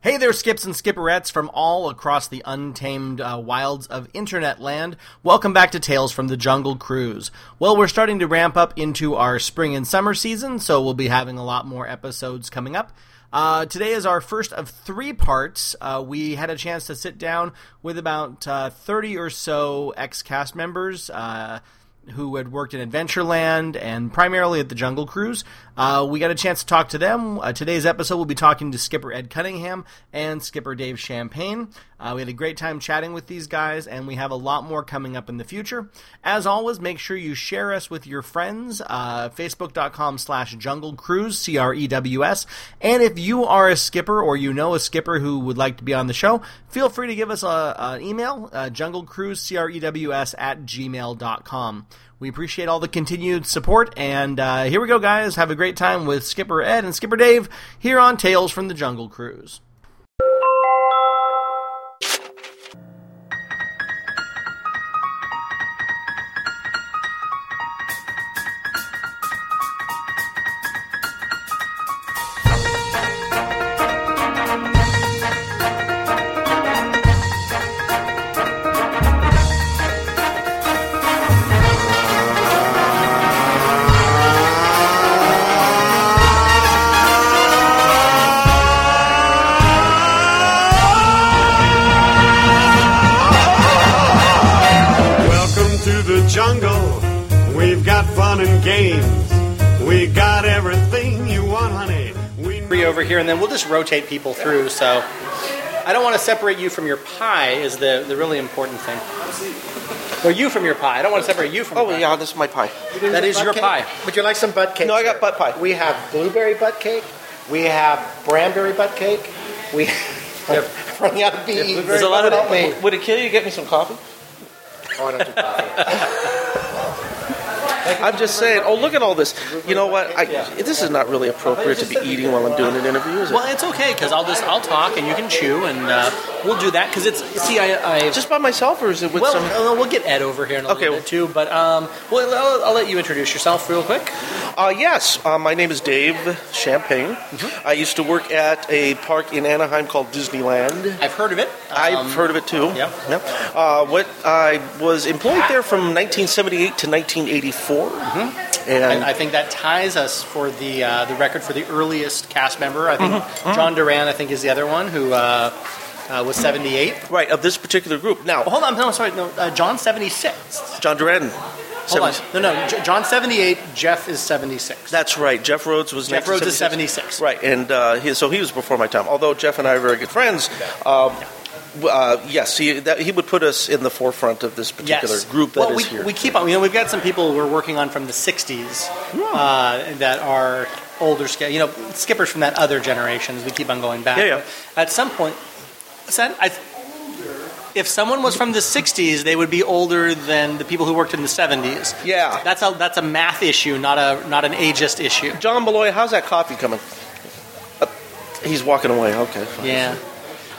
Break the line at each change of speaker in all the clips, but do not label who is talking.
Hey there, skips and skipperettes from all across the untamed uh, wilds of internet land. Welcome back to Tales from the Jungle Cruise. Well, we're starting to ramp up into our spring and summer season, so we'll be having a lot more episodes coming up. Uh, today is our first of three parts. Uh, we had a chance to sit down with about uh, 30 or so ex cast members. Uh, who had worked in Adventureland and primarily at the Jungle Cruise. Uh, we got a chance to talk to them. Uh, today's episode, we'll be talking to Skipper Ed Cunningham and Skipper Dave Champagne. Uh, we had a great time chatting with these guys, and we have a lot more coming up in the future. As always, make sure you share us with your friends. Uh, Facebook.com slash Jungle Cruise, C R E W S. And if you are a skipper or you know a skipper who would like to be on the show, feel free to give us a- an email, uh, junglecruise, C R E W S, at gmail.com. We appreciate all the continued support, and uh, here we go, guys. Have a great time with Skipper Ed and Skipper Dave here on Tales from the Jungle Cruise.
Welcome to the jungle. We've got fun and games. We got everything you want, honey. We
Three over here, and then we'll just rotate people through. So I don't want to separate you from your pie is the, the really important thing. Or you from your pie. I don't want to separate you from.
Oh
pie.
yeah, this is my pie.
that is your pie.
Would you like some butt cake?
No, I got butt pie.
We have blueberry butt cake. We have branberry butt cake. We
Yep.
running out of beans.
blueberry There's a lot of-
Help me.
Would it kill you to get me some coffee?
Oh, I don't do coffee.
I'm just saying. Oh, look at all this. You know what? I, this is not really appropriate to be eating while I'm doing an interview, is it?
Well, it's okay because I'll just I'll talk and you can chew and uh, we'll do that because it's see I, I
Just by myself, or is it with
well,
some?
uh, we'll get Ed over here in a
Okay,
little
well-
bit too, but um, well, I'll, I'll let you introduce yourself real quick.
Uh, yes. Uh, my name is Dave Champagne.
Mm-hmm.
I used to work at a park in Anaheim called Disneyland.
I've heard of it. Um,
I've heard of it too.
yeah.
Yep. Uh, what I was employed there from 1978 to 1984,
And
and
Mm-hmm. I think that ties us for the uh, the record for the earliest cast member. I think John Duran, I think, is the other one who uh, uh, was seventy eight.
right of this particular group.
Oh,
Now,
hold on, no, sorry, no, uh, John seventy six.
John Duran.
Hold on,
70
no, no, J- John seventy eight. Jeff is seventy six.
That's right. Jeff Rhodes was
Jeff Rhodes is
1976.
76.
Right, and uh, he, so he was before my time. Although Jeff and I are very good friends, um, w- uh, yes, he, that, he would put us in the forefront of this particular group that is
well, we,
here.
we keep on. You know, we've got some people we're working on from the '60s uh, that are older. sk- You know, skippers from that other generations. We keep on going back.
Yeah, yeah.
At some point, Sen- I, if someone was from the '60s, they would be older than the people who worked in the '70s.
Yeah.
that's a that's a math issue, not a not an ageist issue.
John Malloy, how's that coffee coming? Uh, he's walking away. Okay. fine.
Yeah.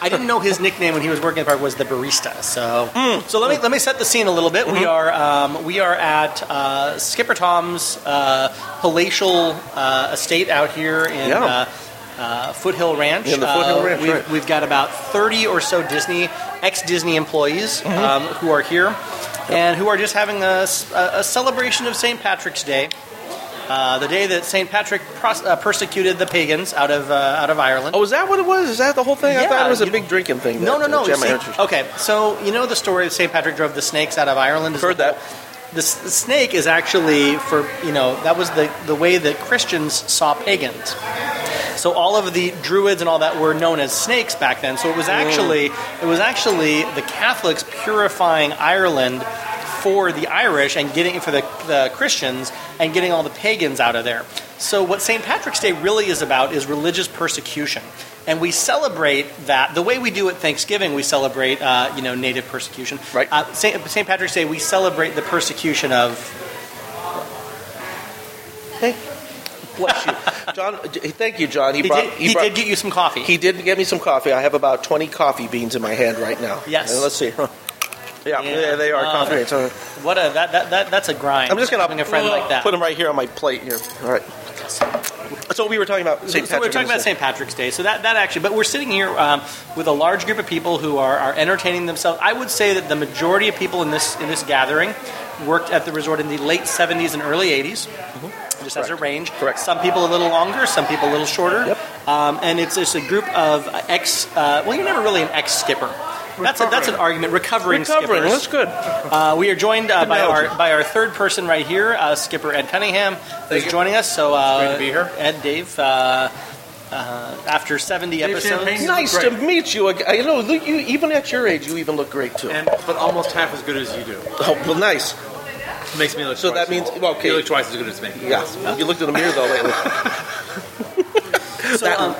I didn't know his nickname when he was working at the park was the barista. So, Hmm. so let me let me set the scene a little bit. We are um, we are at uh, Skipper Tom's uh, palatial uh, estate out here in
Yeah.
uh, uh, Foothill Ranch.
In the Foothill
Uh,
Ranch,
we've,
right.
we've got about thirty or so Disney ex Disney employees um, who are here and who are just having a, s- a- a celebration of St. Patrick's Day. Uh, the day that St. Patrick pros- uh, persecuted the pagans out of uh, out of Ireland.
Oh, is that what it was? Is that the whole thing? I
Yeah,
thought it was a
you-
big drinking thing.
No, no,
that,
no.
Uh, Jan
See-
Mayer-
okay, so you know the story of St. Patrick drove the snakes out of Ireland. Is
Heard
the-
that.
The, s- the snake is actually for you know that was the the way that Christians saw pagans. So all of the druids and all that were known as snakes back then. So it
Mm.
was actually it was actually the Catholics purifying Ireland for the Irish and getting for the, the Christians and getting all the pagans out of there. So what St. Patrick's Day really is about is religious persecution, and we celebrate that the way we do at Thanksgiving. We celebrate uh, you know native persecution.
Right.
Uh, St. St. Patrick's Day we celebrate the persecution of
Thank Bless you, John. j- Thank you, John. He,
he,
brought.
did,
he
he
brought-
did get you some coffee.
He did get me some coffee. I have about 20 coffee beans in my hand right now.
Yes.
And let's see. Huh. Yeah,
Yeah.
yeah, they are
Oh,
coffee beans. Uh,
what a that, that, that that's a grind.
I'm just going
having
to
a friend like that.
put them right here on my plate here. All right. So we were talking about St.
So we're
Patrick's
talking about
Day.
St. Patrick's Day. So that, that actually, but we're sitting here um, with a large group of people who are, are entertaining themselves. I would say that the majority of people in this in this gathering worked at the resort in the late 70s and early 80s. Just as a
Mm-hmm. Correct.
range.
Correct.
Some people a little longer, some people a little shorter.
Yep.
Um, and it's just a group of uh, ex. Uh, well, you're never really an ex skipper. That's a, that's an argument. Recovering,
Recovering,
skippers.
that's good.
Uh, we are joined uh, by
analogy.
our by our third person right here, uh, Skipper Ed Cunningham, who's
you.
joining us. So uh,
It's great to be here.
Ed, Dave. Uh, uh, after 70
Champagne.
episodes,
Nice to
Great.
meet you. ag- I you know look, you even at your age, you even look great too.
And, but almost half as good as you do.
oh, well, nice.
Makes me look.
So
twice
that means-
as old.
well, okay.
You look twice as good as me.
Yeah, you looked in the mirror though lately.
so, um,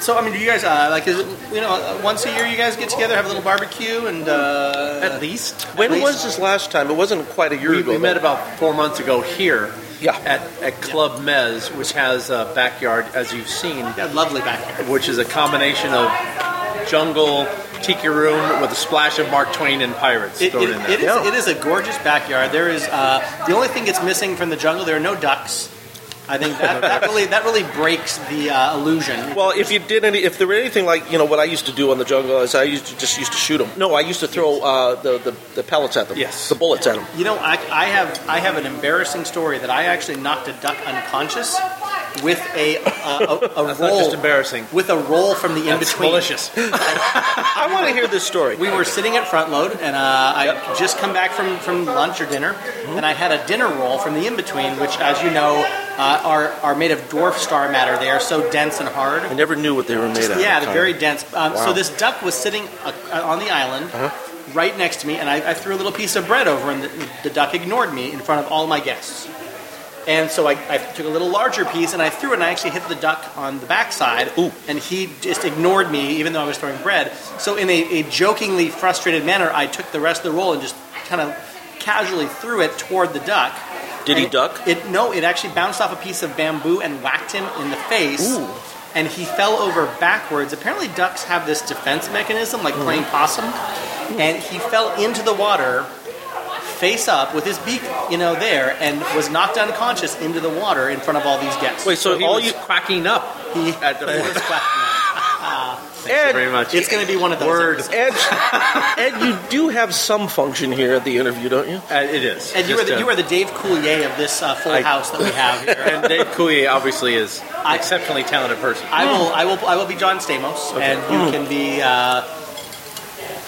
so I mean, do you guys uh, like is it, you know uh, once a year you guys get together, have a little barbecue, and uh,
At least
When
At least.
was this last time? It wasn't quite a year
we,
ago.
we
though.
met about four months ago here.
Yeah.
At, at Club Mez, which has a backyard, as you've seen,
yeah, lovely backyard.
which is a combination of jungle, tiki room with a splash of Mark Twain and pirates
It, it-
thrown in there.
it is
Yeah.
it is a gorgeous backyard. There is uh, the only thing that's missing from the jungle. There are no ducks. I think that, that really that really breaks the uh, illusion.
Well, if you did any, if there were anything like you know what I used to do on the jungle is I used to just used to shoot them. No, I used to throw uh, the, the the pellets at them.
Yes.
the bullets at them.
You know, I, I have I have an embarrassing story that I actually knocked a duck unconscious with a uh, a, a
That's
roll.
Oh.
not just embarrassing.
With a roll from the in
That's
between.
malicious.
I want to hear this story.
We were sitting at front load, and uh, I
Yep.
just come back from, from lunch or dinner,
Mm-hmm.
and I had a dinner roll from the in between, which, as you know, uh, are are made of dwarf star matter. They are so dense and hard.
I never knew what they were made out of.
Yeah, they're very dense. Um,
Wow. Uh-huh.
So this duck was sitting uh, uh, on the island right next to me, and I, I threw a little piece of bread over, and the, the duck ignored me in front of all my guests. And so I, I took a little larger piece and I threw it, and I actually hit the duck on the backside.
Ooh.
And he just ignored me, even though I was throwing bread. So, in a, a jokingly frustrated manner, I took the rest of the roll and just kind of casually threw it toward the duck.
Did he
And
duck?
It no, it actually bounced off a piece of bamboo and whacked him in the face.
Ooh.
And he fell over backwards. Apparently, ducks have this defense mechanism,
Mm-hmm.
like playing possum. And he fell into the water, face up, with his beak, you know, there, and was knocked unconscious into the water in front of all these guests.
Wait, so,
he
all
was
you
quacking up.
He-
at the-
he was quacking.
Ed,
Very much.
it's going to be one of those.
Word.
episodes.
Ed, Ed, you do have some function here at the interview, don't you?
Uh, it is.
And you are
Just
the,
a-
you are the Dave Coulier of this uh, full
I-
house that we have here.
And Dave Coulier obviously is
I-
an exceptionally talented person.
I will, I will, I will be John Stamos, and
Mm.
you can be. Uh,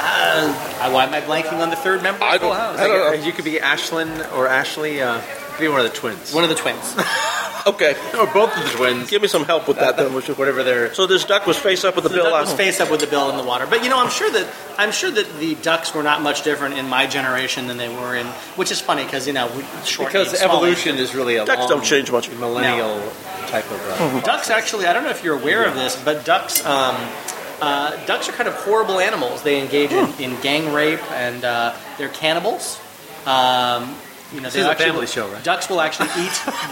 uh, why am I blanking on the third member?
I
of Full
don't-
House?
I don't know.
You could be Ashlyn or Ashley. Uh, be one of the twins.
One of the twins.
Okay,
or both of the twins.
give me some help with that. then.
Whatever their
So this duck was face up with the
The
bill
duck was
out.
face up with the bill in the water. But you know, I'm sure that I'm sure that the ducks were not much different in my generation than they were in, which is funny because you know, we, short
because
names, small
evolution is really a
Ducks
long
don't change much.
millennial type of. Uh,
names. Ducks actually, I don't know if you're aware of this, but ducks. Um, uh, ducks are kind of horrible animals. They engage in, in gang rape and uh, they're cannibals. Um, you know,
is
they
a
actually-
family show, right?
Ducks will actually eat.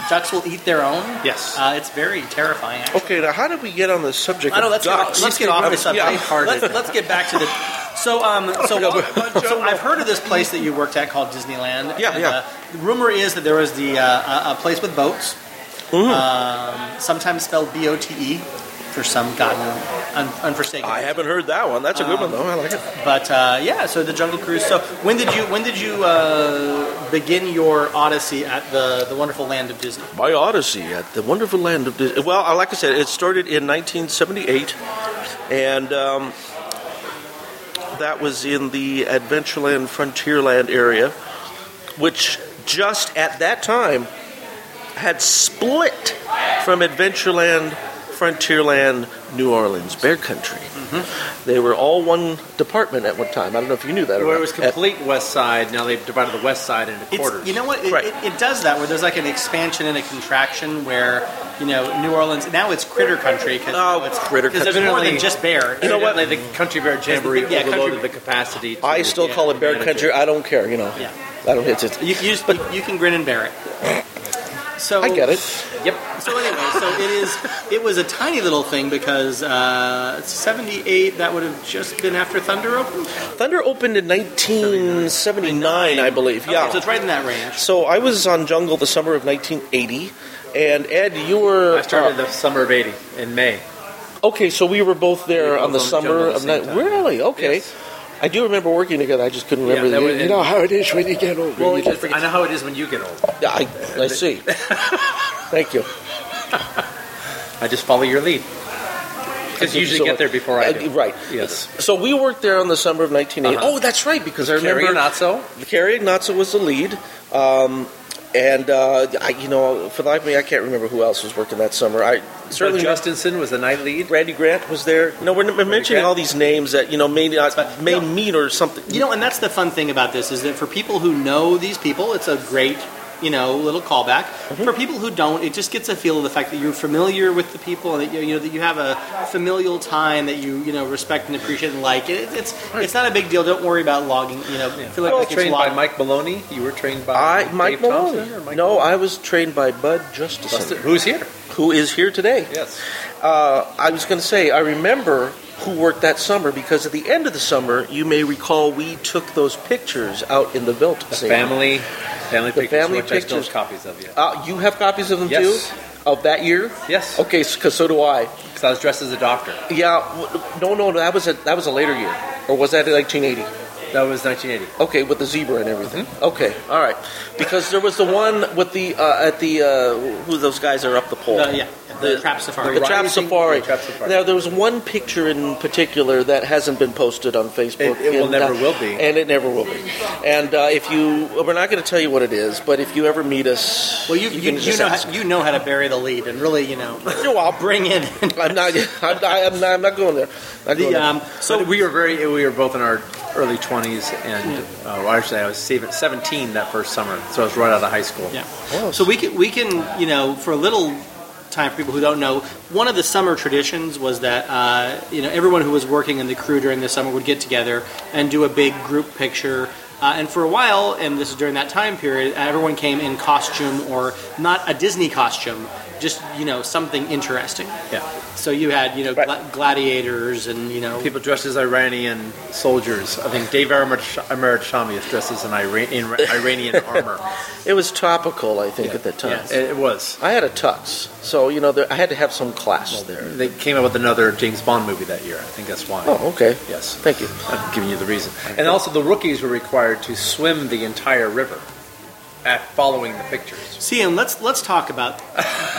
ducks will eat their own.
Yes.
uh, it's very terrifying. Actually.
Okay, now how did we get on the subject?
I know.
of
Let's get
ducks?
off, let's get off this subject.
Yeah.
Let's, let's get back to the. So um so, so I've heard of this place that you worked at called Disneyland.
Yeah,
and,
yeah.
Uh, the rumor is that there was the uh, a, a place with boats,
Mm-hmm.
um, sometimes spelled B O T E, for some gotten un, unforsaken.
I haven't heard that one. That's a good one though. I like it.
But uh, yeah, so the Jungle Cruise. So when did you when did you uh, begin your odyssey at the the wonderful land of Disney?
My Odyssey at the wonderful land of Disney. Well, I- like I said, it started in 1978, and um, that was in the Adventureland Frontierland area, which just at that time had split from Adventureland Frontierland New Orleans Bear Country. They were all one department at one time. I don't know if you knew that. or
where
not.
it was
At-
complete West Side. Now they've divided the West Side into quarters.
It's, you know what? It,
Right.
it, it does that where there's like an expansion and a contraction where, you know, New Orleans, now it's critter country because
Oh,
it's
critter
Because there's more than
country.
just bear.
You know what?
Evidently,
The Country Bear Jamboree
Yeah, country-
overloaded the capacity. To
I still
yeah,
call it Bear
manage
Country. I don't care. You know.
Yeah.
I don't. It's, it's
You, you, just, you, you can grin and bear it. So
I get it.
Yep. So anyway, so it is. It was a tiny little thing because uh, '78. That would have just been after Thunder Open.
Thunder opened in 1979, I believe.
Okay,
Yeah.
so it's right in that range.
So I was on Jungle the summer of 1980, and Ed, you were.
I started
uh,
the summer of '80 in May.
okay, so we were both there
We were
on the
both on
summer
Jungle at
of
the same
ni-
time.
Really? Okay.
Yes.
I do remember working together. I just couldn't
Yeah,
remember.
that
the,
would-
you know how it is when you get older. you just
I know how it is when you get old.
forget- I, I see. Thank you.
I just follow your lead. Because you usually
So-
get there before I
uh,
do.
Right.
Yes.
So we worked there on the summer of 1980.
Uh-huh.
Oh, that's right, because I
Carrie
remember
Ignazzo.
Carrie Ignazzo was the lead. Um, and, uh, I, you know, for the life of me, I can't remember who else was working that summer. I certainly
Certainly Justinson was the night lead.
Randy Grant was there. No, we're, we're mentioning
Grant.
all these names that, you know, may not,
fine.
may
No.
mean or something.
You know, and that's the fun thing about this is that for people who know these people, it's a great. You know, little callback. For people who don't, it just gets a feel of the fact that you're familiar with the people, and that you you know that you have a familial time that you you know respect and appreciate and like. It, it's it's not a big deal. Don't worry about logging. You know, feel like
You were
it's
trained by
logged.
Mike Maloney. You were trained by
I, Mike
Dave
Maloney.
Thompson or Mike
no,
Maloney?
I was trained by Bud Justison,
Justin- who's here?
who is here today.
Yes.
Uh, I was going to say, I remember who worked that summer because at the end of the summer, you may recall we took those pictures out in the Vilt.
The family, family
The
pictures.
family
which I still have
pictures.
copies of you.
Uh, you have copies of them
Yes.
too? Of that year?
Yes.
Okay, because so do I.
Because I was dressed as a doctor.
Yeah, w- no, no, that was a that was a later year, or was that in 1980?
That was 1980.
Okay, with the zebra and everything.
Mm-hmm.
Okay, all right, because there was the one with the uh, at the uh, who those guys are up the pole.
The- Uh, yeah, the,
The-
trap safari.
The trap
Rising-
safari.
The Trap Safari.
Now there was one picture in particular that hasn't been posted on Facebook.
It- it will
and,
never
uh,
will be.
and it never will be. And uh, if you, we're not going to tell you what it is, but if you ever meet us,
Well, you, you,
can
you,
just
know
ask.
how, you know how to bury the lead and really, you know,
No, I'll
bring in.
I'm not. I'm not, I'm not, I'm not going there. Not going
The,
uh,
um,
there.
So we were very, we were both in our early 20s, and uh, well, actually I was sev- 17 that first summer, so I was right out of high school.
yeah.
Oh,
So we can, we can, you know, for a little time for people who don't know, one of the summer traditions was that, uh, you know, everyone who was working in the crew during the summer would get together and do a big group picture. Uh, and for a while, and this is during that time period, uh, everyone came in costume or not a Disney costume, just, you know, something interesting.
Yeah.
So you had, you know,
Right.
gla- gladiators and, you know,
People dressed as Iranian soldiers. I think Dave Shami is dressed as an Iran- in Iranian armor.
it was topical, I think,
Yeah.
at that time.
Yes. It, it was.
I had a tux, so you know there, I had to have some class there.
They came up with another James Bond movie that year. I think that's why.
Oh, okay.
Yes.
Thank you.
I'm giving you the reason. And also, the rookies were required to swim the entire river at following the pictures.
See, and let's let's talk about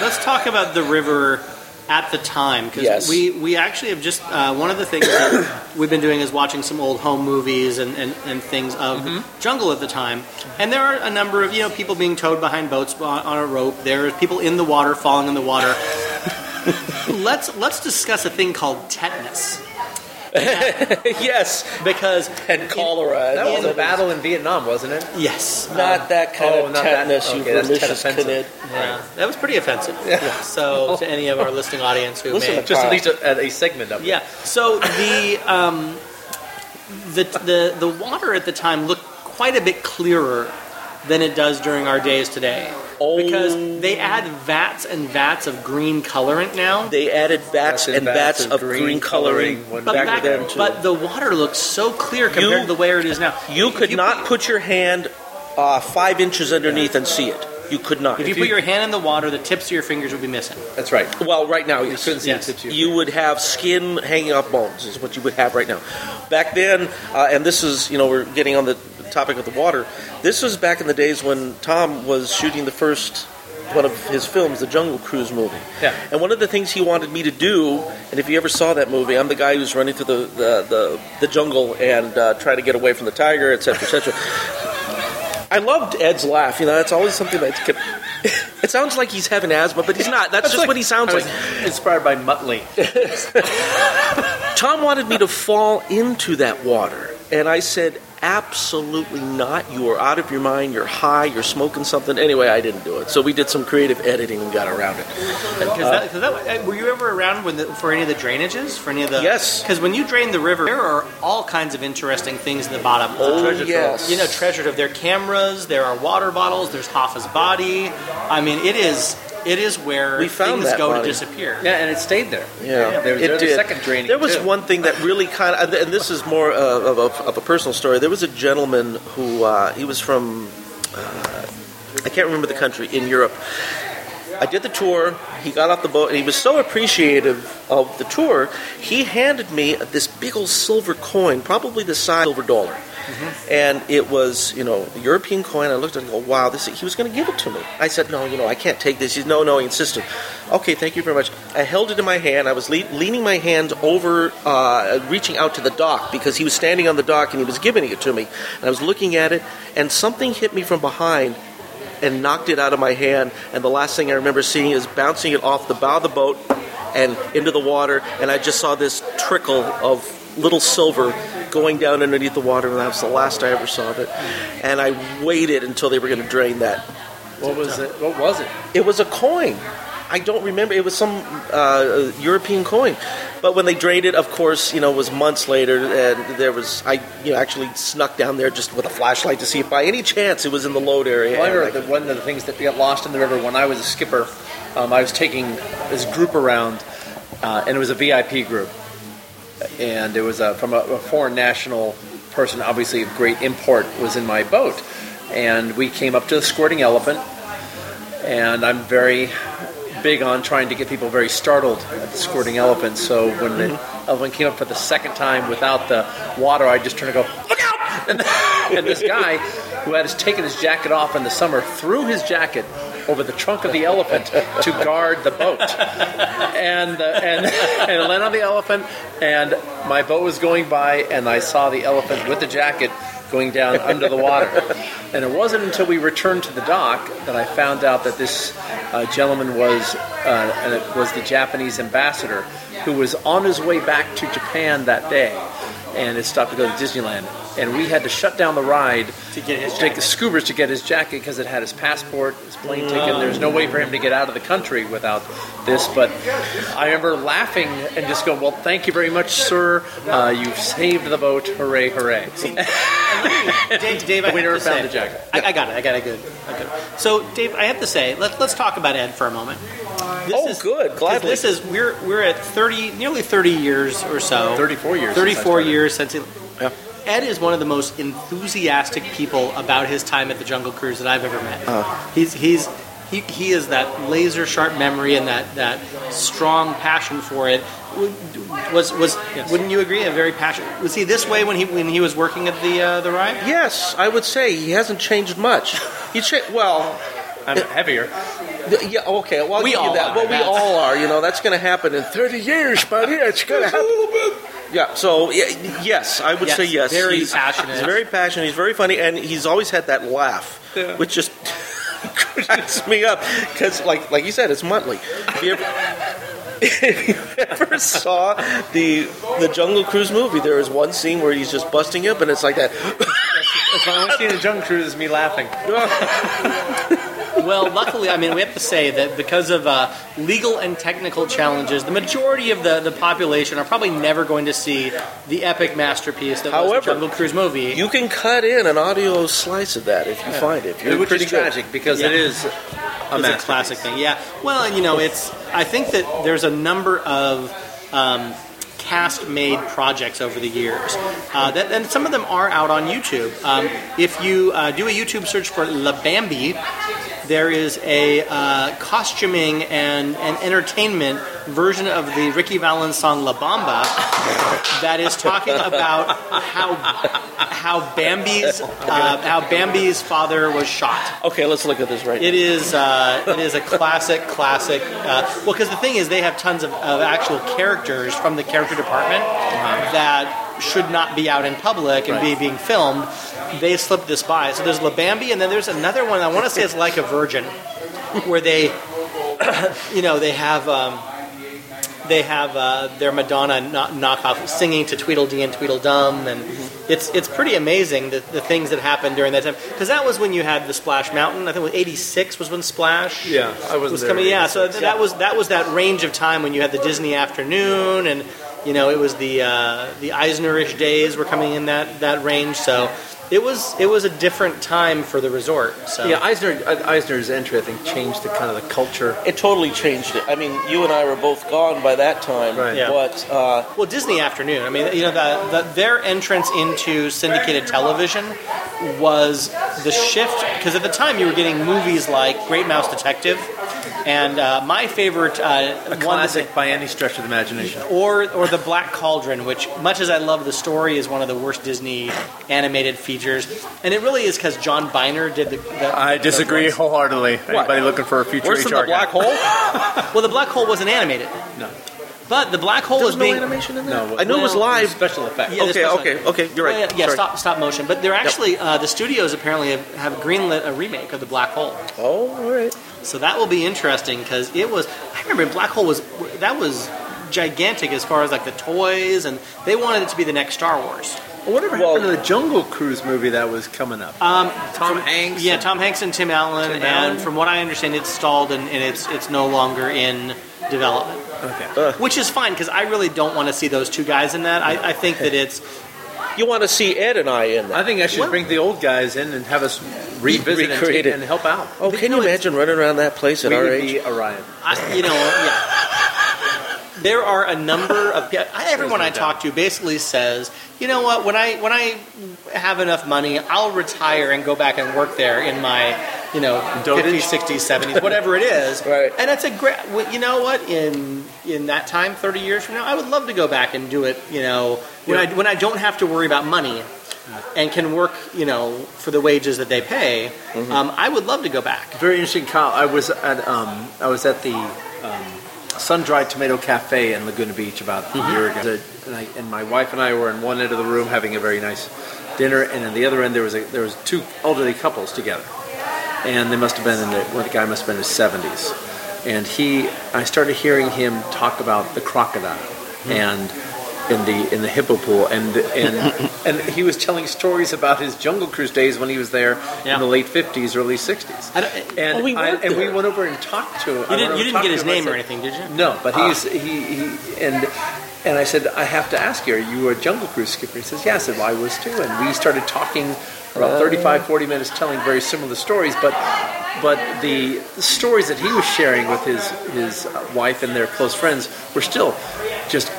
let's talk about the river at the time because
Yes.
we we actually have just uh, one of the things that we've been doing is watching some old home movies and and, and things of
Mm-hmm.
jungle at the time, and there are a number of you know people being towed behind boats on, on a rope. There are people in the water falling in the water. let's let's discuss a thing called tetanus
yes,
because
and cholera.
That was
and
a battle in Vietnam, wasn't it?
yes.
Not that kind
Oh,
of
not that-
tetanus, you
okay, that's
pernicious
tetanus.
kid.
Yeah, uh, that was pretty offensive. So, to any of our listening audience who may
Listen,
Just at least a, at a segment of it.
Yeah. So the um, the the the water at the time looked quite a bit clearer than it does during our days today. Because
Oh,
they add vats and vats of green colorant now.
They added bats and bats of green, coloring.
when
But,
back
back,
then, too.
but the water looks so clear compared
You-
to the way it is now.
You
If
could
put-
not put your hand uh, five inches underneath and see it. You could not.
If you,
you-
put your hand in the water, the tips of your fingers would be missing.
That's right.
well, right now,
You
yes.
couldn't see
Yes.
the tips of your
you would have skin hanging off bones is what you would have right now back then uh, and this is you know we're getting on the topic of the water this was back in the days when tom was shooting the first one of his films the jungle cruise movie
Yeah.
and one of the things he wanted me to do and if you ever saw that movie i'm the guy who's running through the the, the, the jungle and uh, trying to get away from the tiger etc etc i loved ed's laugh you know that's always something that kept it sounds like he's having asthma but he's not that's, just
like-
what he sounds
I
like
was Inspired by Muttley.
Tom wanted me to fall into that water, and I said, Absolutely not. You are out of your mind. You're high. You're smoking something. Anyway, I didn't do it. So we did some creative editing and got around it.
Because that, 'cause that, uh, were you ever around when the, for any of the drainages? For any of the
Yes.
Because when you drain the river, there are all kinds of interesting things in the bottom.
Oh,
Treasure trove.
yes.
you know treasure trove. There are cameras. There are water bottles. There's Hoffa's body. I mean, it is it is where
We found
things
that
go to
body.
disappear.
Yeah, and it stayed there.
Yeah,
there
it
was there was a
did.
second draining.
There was
too.
one thing that really kind of, and this is more uh, of, a, of a personal story. There was a gentleman who uh, he was from, uh, I can't remember the country in Europe. I did the tour. He got off the boat, and he was so appreciative of the tour. He handed me this big old silver coin, probably the size of a silver dollar,
Mm-hmm.
and it was you know a European coin. I looked at it and go, wow, this. He was going to give it to me. I said, no, you know, I can't take this. He's no, no. He insisted. Okay, thank you very much. I held it in my hand. I was le- leaning my hand over, uh, reaching out to the dock because he was standing on the dock and he was giving it to me. And I was looking at it, and something hit me from behind and knocked it out of my hand. And the last thing I remember seeing is bouncing it off the bow of the boat and into the water. And I just saw this trickle of little silver going down underneath the water. And that was the last I ever saw of it. And I waited until they were going to drain that.
What was it? What was it?
It was a coin. I don't remember. It was some uh, European coin. But when they drained it, of course, you know, it was months later, and there was I, you know, actually snuck down there just with a flashlight to see if by any chance it was in the load area.
Well, I
And I
remember that one of the things that got lost in the river when I was a skipper. Um, I was taking this group around, uh, and it was a VIP group, and it was a, from a, a foreign national person, obviously of great import, was in my boat, and we came up to the squirting elephant, and I'm very big on trying to get people very startled at the squirting elephant. So when the elephant came up for the second time without the water, I just turned and go, look out! And, and this guy who had his, taken his jacket off in the summer threw his jacket over the trunk of the elephant to guard the boat. And, uh, and, and it landed on the elephant, and my boat was going by, and I saw the elephant with the jacket going down under the water. And it wasn't until we returned to the dock that I found out that this uh, gentleman was uh, and it was the Japanese ambassador who was on his way back to Japan that day and had stopped to go to Disneyland. And we had to shut down the ride
To get his
take the scoobers to get his jacket because it had his passport, his plane
Mm.
ticket. There's no way for him to get out of the country without this. But I remember laughing and just going, "Well, thank you very much, sir. Uh, you've saved the boat. Hooray, hooray!"
Dave, Dave, I
We never
have to
found
say-
the jacket.
I, I got it. I got it. Good. I got it. So, Dave, I have to say, let, let's talk about Ed for a moment. This
Oh, good.
'cause
Gladly.
This is we're we're at thirty, nearly thirty years or so.
34 years since I
Thirty-four
started.
years since. He,
Yeah.
Ed is one of the most enthusiastic people about his time at the Jungle Cruise that I've ever met. He's he's he, he is that laser sharp memory and that, that strong passion for it. Was was wouldn't you agree? A very passionate. Was he this way when he when he was working at the uh, the ride?
Yes, I would say he hasn't changed much. He cha- well,
I'm heavier.
th- yeah, okay. Well, I'll
We
give you
all
that.
are.
Well, we
That's-
all are. You know, that's going to happen in thirty years, buddy. It's going to happen. Yeah. So yeah, yes, I would
Yes,
say yes.
very
he's,
passionate.
He's very passionate. He's very funny, and he's always had that laugh, which just cracks me up because, like, like you said, it's monthly. If you ever- if you ever saw the the Jungle Cruise movie, there is one scene where he's just busting up, and it's like that.
That's my only scene in Jungle Cruise is me laughing.
Well, luckily, I mean, we have to say that because of uh, legal and technical challenges, the majority of the, the population are probably never going to see the epic masterpiece that was
However,
the Jungle Cruise movie.
You can cut in an audio slice of that if you find it. You're
Which
pretty
is
good.
tragic because it
Yeah.
is a
It's a
masterpiece.
classic thing. Yeah. Well, and you know, it's. I think that there's a number of um, cast-made projects over the years, uh, that, and some of them are out on YouTube. Um, if you uh, do a YouTube search for La Bambi, there is a uh, costuming and an entertainment version of the Ricky Valens song La Bamba that is talking about how how Bambi's uh, how Bambi's father was shot.
Okay, let's look at this right
It is uh, it is a classic, classic. Uh, well, because the thing is, they have tons of, of actual characters from the character department that should not be out in public and be being filmed. They slipped this by. So there's Labambi, and then there's another one. I want to say it's like a virgin, where they, you know, they have. Um, They have uh, their Madonna kno- knockoff singing to Tweedledee and Tweedledum, and it's it's pretty amazing the, the things that happened during that time. Because that was when you had the Splash Mountain. I think it was '86 was when Splash
Yeah, I wasn't
was
there
coming.
in
Yeah, so th- that was that was that range of time when you had the Disney afternoon, and you know it was the uh, the Eisnerish days were coming in that that range. So it was it was a different time for the resort. So
Yeah, Eisner, uh, Eisner's entry, I think, changed the kind of the culture.
It totally changed it. I mean, you and I were both gone by that time,
Right.
Yeah.
but uh,
Well, Disney Afternoon. I mean, you know, the, the, their entrance into syndicated television was the shift because at the time you were getting movies like Great Mouse Detective, and uh, my favorite uh,
A
one that they-
classic by any stretch of the imagination.
or or the Black Cauldron, which, much as I love the story, is one of the worst Disney animated features, and it really is because John Biner did the. the
I
the
disagree
voice.
wholeheartedly. Anybody looking for a future
worse
HR
than the
guy?
black hole.
Well, the black hole wasn't animated.
No.
But the black hole was being
in
No,
I knew it was
Well,
live.
special effects.
Yeah, the
okay,
special
okay,
effects.
okay. You're right.
Yeah, yeah,
Sorry.
stop, stop motion. But they're actually uh, the studios apparently have, have greenlit a remake of the Black Hole,
Oh, all right.
so that will be interesting because it was. I remember Black Hole was that was gigantic as far as like the toys, and they wanted it to be the next Star Wars.
Whatever
Well-
happened to the Jungle Cruise movie that was coming up?
Um,
Tom Hanks.
yeah, Tom Hanks and Tim Allen,
Tim
and
Allen.
from what I understand, it's stalled and, and it's it's no longer in development.
Okay.
Which is fine because I really don't want to see those two guys in that. I, I think that it's
You want to see Ed and I in
I
that?
think I should
Well-
bring the old guys in and have us revisit and,
Recreate it.
and help out.
Oh, can you
No, it's-
imagine running around that place at
we
our
would
age?
be Orion.
I, you know, yeah. There are a number of yeah, I- everyone I talk to basically says, you know what? When I when I have enough money, I'll retire and go back and work there in my you know
Dotage?
50s, 60s, 70s, whatever it is.
Right.
And that's a great. well, You know what? In in that time, 30 years from now, I would love to go back and do it. You know, when I when I don't have to worry about money. And can work, you know, for the wages that they pay. Um, I would love to go back.
Very interesting, Kyle. I was at um, I was at the um, Sun Dried Tomato Cafe in Laguna Beach about a year ago, and, I, and my wife and I were in one end of the room having a very nice dinner, and in the other end there was a, there was two elderly couples together, and they must have been in the, well, the guy must have been in his seventies, and he I started hearing him talk about the crocodile and. In the in the hippo pool, and the, and and he was telling stories about his jungle cruise days when he was there
Yeah.
in the late fifties, early sixties.
I don't,
And,
Oh, we
I,
worked
and we
there.
went over and talked to him.
you
I went over
didn't, you
and
didn't
talked
get
to
his
him. I
name or
said-
anything, did you?
No, but he's he, he and and I said I have to ask you, are you a jungle cruise skipper? He says, yeah. I said, well, I was too. And we started talking about 35, 40 minutes, telling very similar stories, but but the stories that he was sharing with his his wife and their close friends were still just.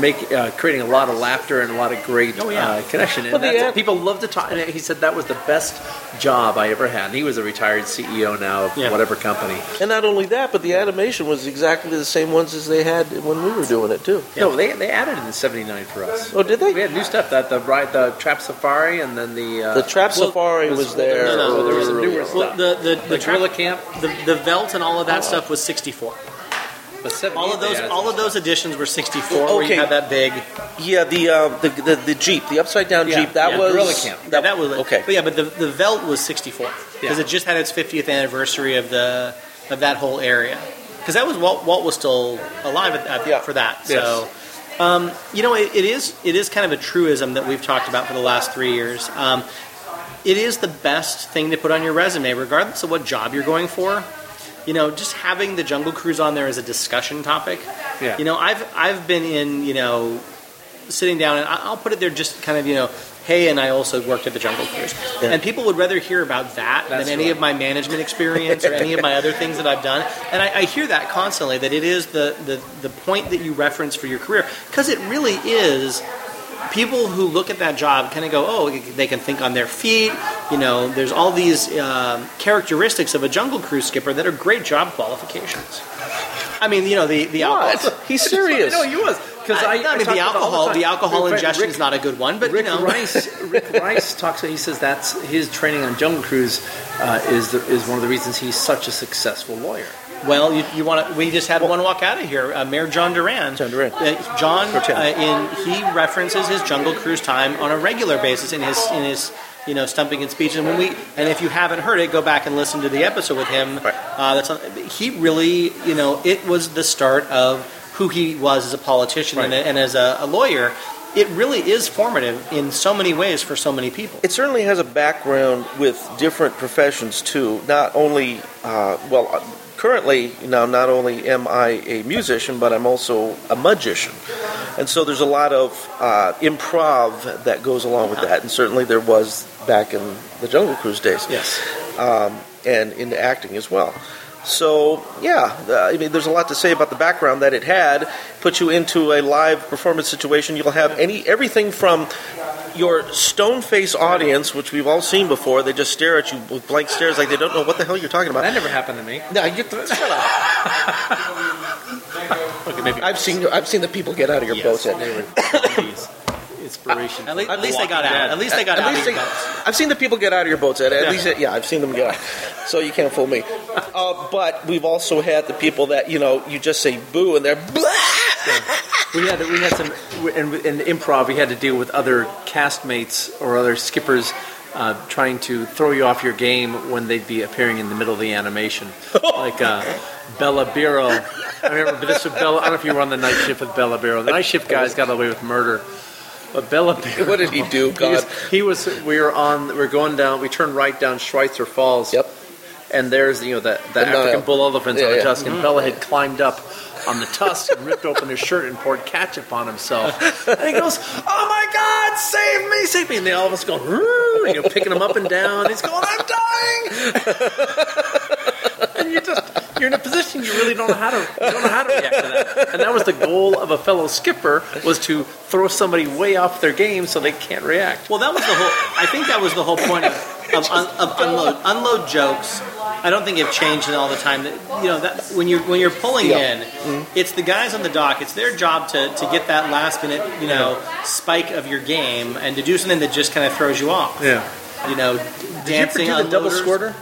Make, uh, creating a lot of laughter and a lot of great
Oh, yeah.
uh, connection. And
Well, the
that's-
ad-
people love to talk. And he said that was the best job I ever had. And he was a retired CEO now of
Yeah.
whatever company.
And not only that, but the animation was exactly the same ones as they had when we were doing it too.
No, they, they added it in '79 for us.
Oh, did
We
they?
had new stuff that the ride, the trap safari, and then the uh,
The Trap Safari was, there.
no, no,
there was a newer
earlier.
stuff.
Well, the the, the,
the
trap-
gorilla camp.
the the Velt and all of that stuff was 64.
But 78
All of
they
those
added
all
some
of those editions were 64. Where
Okay.
you had that big
Yeah, the, uh, the the the Jeep, the upside down
Yeah,
Jeep. That
yeah,
was
Gorilla Camp.
yeah, that was
okay.
But yeah, but the the Velt was 64 because
Yeah.
it just had its 50th anniversary of the of that whole area. Because that was Walt Walt was still alive at, at,
Yeah.
for that.
Yes.
So. Um, you know, it, it is it is kind of a truism that we've talked about for the last three years. Um, it is the best thing to put on your resume, regardless of what job you're going for. You know, just having the Jungle Cruise on there as a discussion topic.
Yeah.
You know, I've I've been in you know sitting down and I- I'll put it there just kind of you know. Hey, and I also worked at the Jungle Cruise,
Yeah.
and people would rather hear about that
That's
than any
right.
of my management experience or any of my other things that I've done. And I, I hear that constantly that it is the, the, the point that you reference for your career because it really is. People who look at that job kind of go, oh, they can think on their feet. You know, there's all these um, characteristics of a jungle cruise skipper that are great job qualifications. I mean, you know, the the alcohol.
What? He's serious.
No, he was because
I,
I,
I mean,
talked
the
about it all
alcohol,
time.
the alcohol
Rick-
ingestion
Rick-
is not a good one, but
Rick
you know,
Rice, Rick Rice talks. He says that's his training on Jungle Cruise uh, is the, is one of the reasons he's such a successful lawyer.
Well, you, you want to? We just had one walk out of here. Uh, Mayor John Duran.
John Duran.
Uh, John,
Cortez.
uh, in he references his Jungle Cruise time on a regular basis in his in his you know stumping and speech. And when we and if you haven't heard it, go back and listen to the episode with him.
Right.
Uh, that's on, he really you know it was the start of who he was as a politician and,
Right.
a, and as a, a lawyer, it really is formative in so many ways for so many people.
It certainly has a background with different professions too. Not only, uh, well, uh, currently now, not only am I a musician, but I'm also a magician, and so there's a lot of uh, improv that goes along with that, and certainly there was back in the Jungle Cruise days
Yes.
um, and into acting as well. So yeah, uh, I mean, there's a lot to say about the background that it had. Put you into a live performance situation, you'll have any everything from your stone face audience, which we've all seen before. They just stare at you with blank stares, like they don't know what the hell you're talking about.
That never happened to me.
No, you shut up. I've seen I've seen the people get out of your boats. At,
Inspiration.
At, le- at least they got out. At least they got
at
out.
least they- I've seen the people get out of your boats. At, at least, yeah, I've seen them get out. So you can't fool me. Uh, but we've also had the people that you know you just say boo and they're blah.
We had we had some and in improv we had to deal with other castmates or other skippers uh, trying to throw you off your game when they'd be appearing in the middle of the animation, like uh, Bella Biro. I remember but this was Bella. I don't know if you were on the night shift with Bella Biro. The night shift guys got away with murder, but Bella Biro.
What did he do?
He was,
God.
he was. We were on. We were going down. We turned right down Schweitzer Falls.
Yep. uh,
And there's you know that the
The Nile.
African bull elephants
Yeah,
on the
yeah.
tusk, and Bella had climbed up on the tusk and ripped open his shirt and poured ketchup on himself. And he goes, "Oh my God, save me, save me!" And they all of us go, "Roo," you know, picking him up and down. He's going, "I'm dying." and you just you're in a position you really don't know how to you don't know how to react to that. And that was the goal of a fellow skipper was to throw somebody way off their game so they can't react.
Well, that was the whole. I think that was the whole point of, of, un, of unload. Unload jokes. I don't think have changed all the time. That you know that when you're when you're pulling
Yeah.
in, it's the guys on the dock. It's their job to, to get that last minute you know spike of your game and to do something that just kind of throws you off.
Yeah.
You know, dancing
Did you ever do the double
unloaders.
squirter?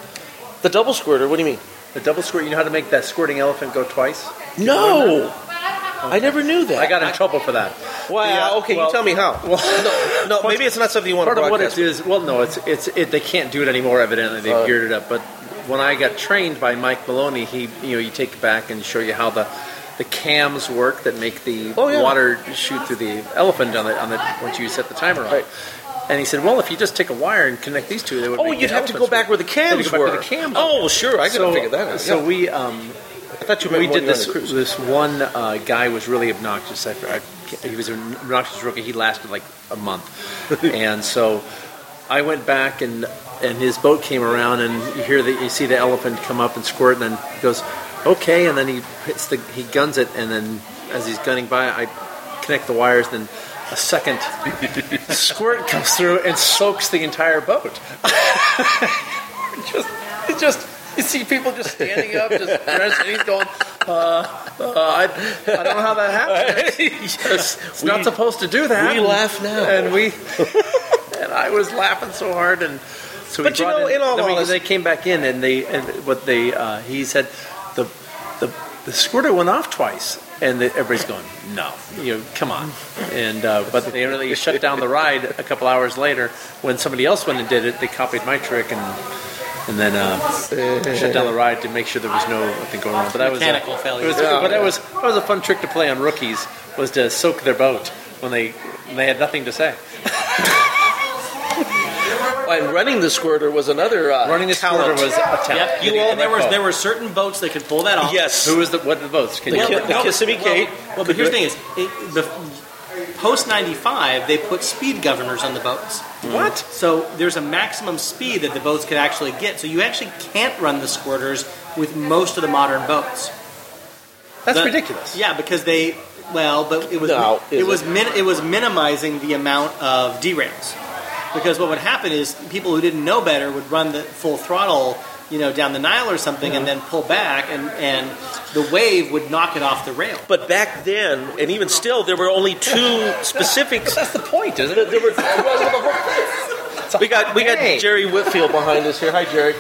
The double squirter. What do you mean?
The double squirt. You know how to make that squirting elephant go twice?
No, I never knew that.
I got in trouble for that.
Wow.
Yeah,
okay,
well-
you tell me how. Well, no, no maybe it's not something you want
Part
to
of what
broadcast.
it is, well, no, it's it's it, they can't do it anymore. Evidently, they've
Uh,
geared it up. But when I got trained by Mike Maloney, he you know you take it back and show you how the the cams work that make the
Oh, yeah.
water shoot through the elephant on the on the once you set the timer on.
Right.
And he said, well, if you just take a wire and connect these two, they would.
Oh,
make the
you'd have to
elephants
go back where the
They'd
cams
go back
were.
where the cams
oh, sure. I could
so,
figure that out.
So
yeah.
we um,
I thought you meant
we
when you
did
were on
this.
the cruise.
This one uh, guy was really obnoxious. I, I, he was an obnoxious rookie. He lasted like a month, and so I went back and and his boat came around, and you hear the you see the elephant come up and squirt, and then he goes okay, and then he hits the he guns it, and then as he's gunning by, I connect the wires, then. A second squirt comes through and soaks the entire boat. just, it just, you see people just standing up, just dressed, and he's going, uh, I, I don't know how that happened. It's- it's
We-
not supposed to do that.
we laugh now.
and we and I was laughing so hard, and so we
But you
brought
know, in all
then we-
honesty-
they came back in, and they and what they uh, he said the the the squirter went off twice, and the, everybody's going no, you know, come on, and uh, but they really shut down the ride a couple hours later when somebody else went and did it. They copied my trick and. And then uh, shut down the ride to make sure there was no thing going on. But that was
Mechanical
a,
failure.
It was, but that was that was a fun trick to play on rookies was to soak their boat when they when they had nothing to say.
And running the squirter was another uh,
Running the squirter
talent.
was a talent.
Yep. You all, there was there were certain boats that could pull that off.
yes.
Who was the what the votes? Can you
Well,
Ki-
but
the
no,
Kissimmee
well,
Kate
Well, but
could
here's the
do
thing: is it, the post '95 they put speed governors on the boats.
Mm.
What?
So there's a maximum speed that the boats could actually get. So you actually can't run the squirters with most of the modern boats.
That's
The-
ridiculous.
Yeah, because they well, but it was
No,
it
is
was
it?
min, it was minimizing the amount of derails. Because what would happen is people who didn't know better would run the full throttle, you know, down the Nile or something, and then pull back, and, and the wave would knock it off the rail.
But back then, and even still, there were only two specific.
That's the point, isn't
there
it?
were, we got we
Hey.
got Jerry Whitfield behind us here. Hi, Jerry.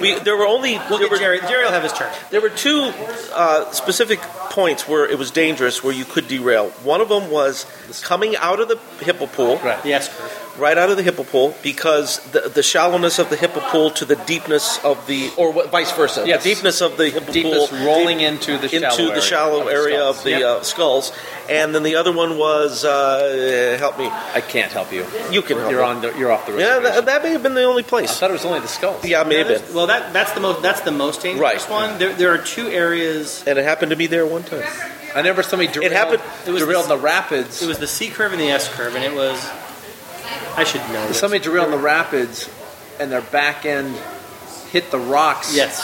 We there were only
Look
there
at
were,
Jerry. Jerry will have his turn.
there were two uh, specific points where it was dangerous, where you could derail. One of them was coming out of the hippo pool,
Right.
The S curve.
right out of the hippo pool because the, the shallowness of the hippo pool to the deepness of the or what, vice versa.
Yes.
The deepness of the hippo
Deepest
pool
rolling into the shallow
into the
area
shallow
of the
area
skulls.
of the
Yep.
uh, skulls, and then the other one was uh, help me.
I can't help you.
You can help.
You're
me.
on. The, you're off the.
Yeah,
reservation.
that, that may have been the only
I
place.
thought it was only the skulls.
Yeah, may have been.
Well, that that's the most that's the most dangerous
Right.
one. There, there are two areas.
And it happened to be there one time.
I remember somebody derailed.
happened-
it was
derailed
this-
the rapids.
It was the C curve and the S curve, and it was. I should know. This.
somebody derailed the rapids, and their back end hit the rocks.
Yes.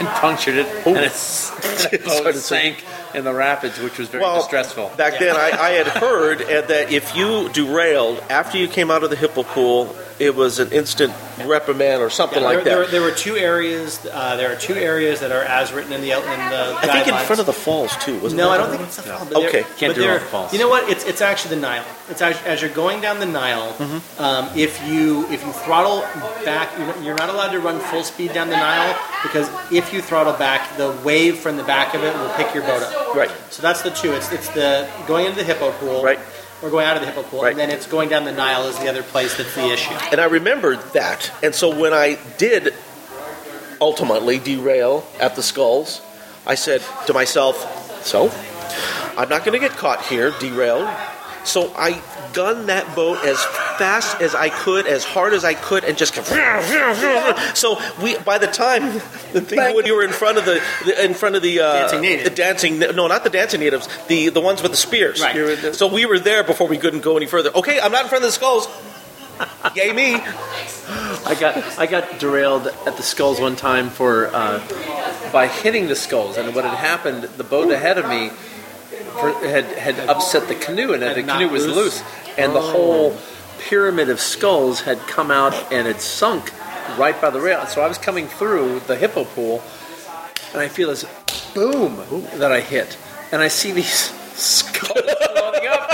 and punctured it,
Oh.
and it's- and it
Started
boat
to
sank in the rapids, which was very distressful.
Back then, I, I had heard uh, that if you derailed after you came out of the hippo pool, it was an instant reprimand or something
Yeah,
like
there, There,
that.
there were two areas. Uh, there are two areas that are as written in the in the
I think in
guidelines.
front of the falls too, wasn't
No,
it?
I don't think it's the fall. But
Okay,
there-
can't
but
do it
there-
on the falls.
You know what? It's it's actually the Nile. It's as, as you're going down the Nile.
Mm-hmm.
Um, if you if you throttle back, you're not- you're not allowed to run full speed down the Nile because if you throttle back, the wave from the back of it will pick your boat up.
Right.
So that's the two. It's it's the going into the hippo pool.
Right.
Or going out of the hippo pool,
Right.
and then it's going down the Nile is the other place that's the issue.
And I remembered that. And so when I did ultimately derail at the skulls, I said to myself, so I'm not going to get caught here, derailed. So I gunned that boat as fast as I could, as hard as I could, and just. So we, by the time the thing when you were in front of the, the in front of the uh,
Dancing natives.
the dancing, no, not the dancing natives, the the ones with the spears.
Right. You were
So we were there before we couldn't go any further. Okay, I'm not in front of the skulls. Yay me!
I got I got derailed at the skulls one time for uh, by hitting the skulls, and what had happened, the boat ahead of me for, had had upset the canoe, and
Had
the
knocked
canoe was
loose? Oh.
loose, and the whole pyramid of skulls had come out and had sunk right by the rail. So I was coming through the hippo pool, and I feel this boom that I hit, and I see these skulls floating up.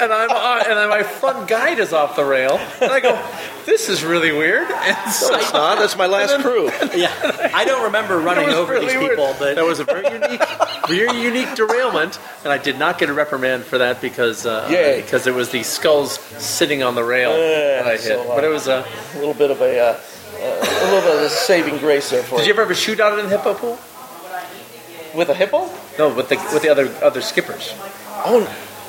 And I'm on, and my front guide is off the rail, and I go, "This is really weird." And so
It's not. That's my last crew.
Yeah, I don't remember running
was
over
really
these
weird.
people, but
that was a very unique, very unique derailment, and I did not get a reprimand for that because uh,
Yay.
because it was the skulls sitting on the rail that I hit.
so, uh,
but it was a.
A little bit of a, uh, a little bit of a saving grace there for
Did you ever have a shootout in the hippo pool?
With a hippo?
No, with the with the other other skippers.
Oh,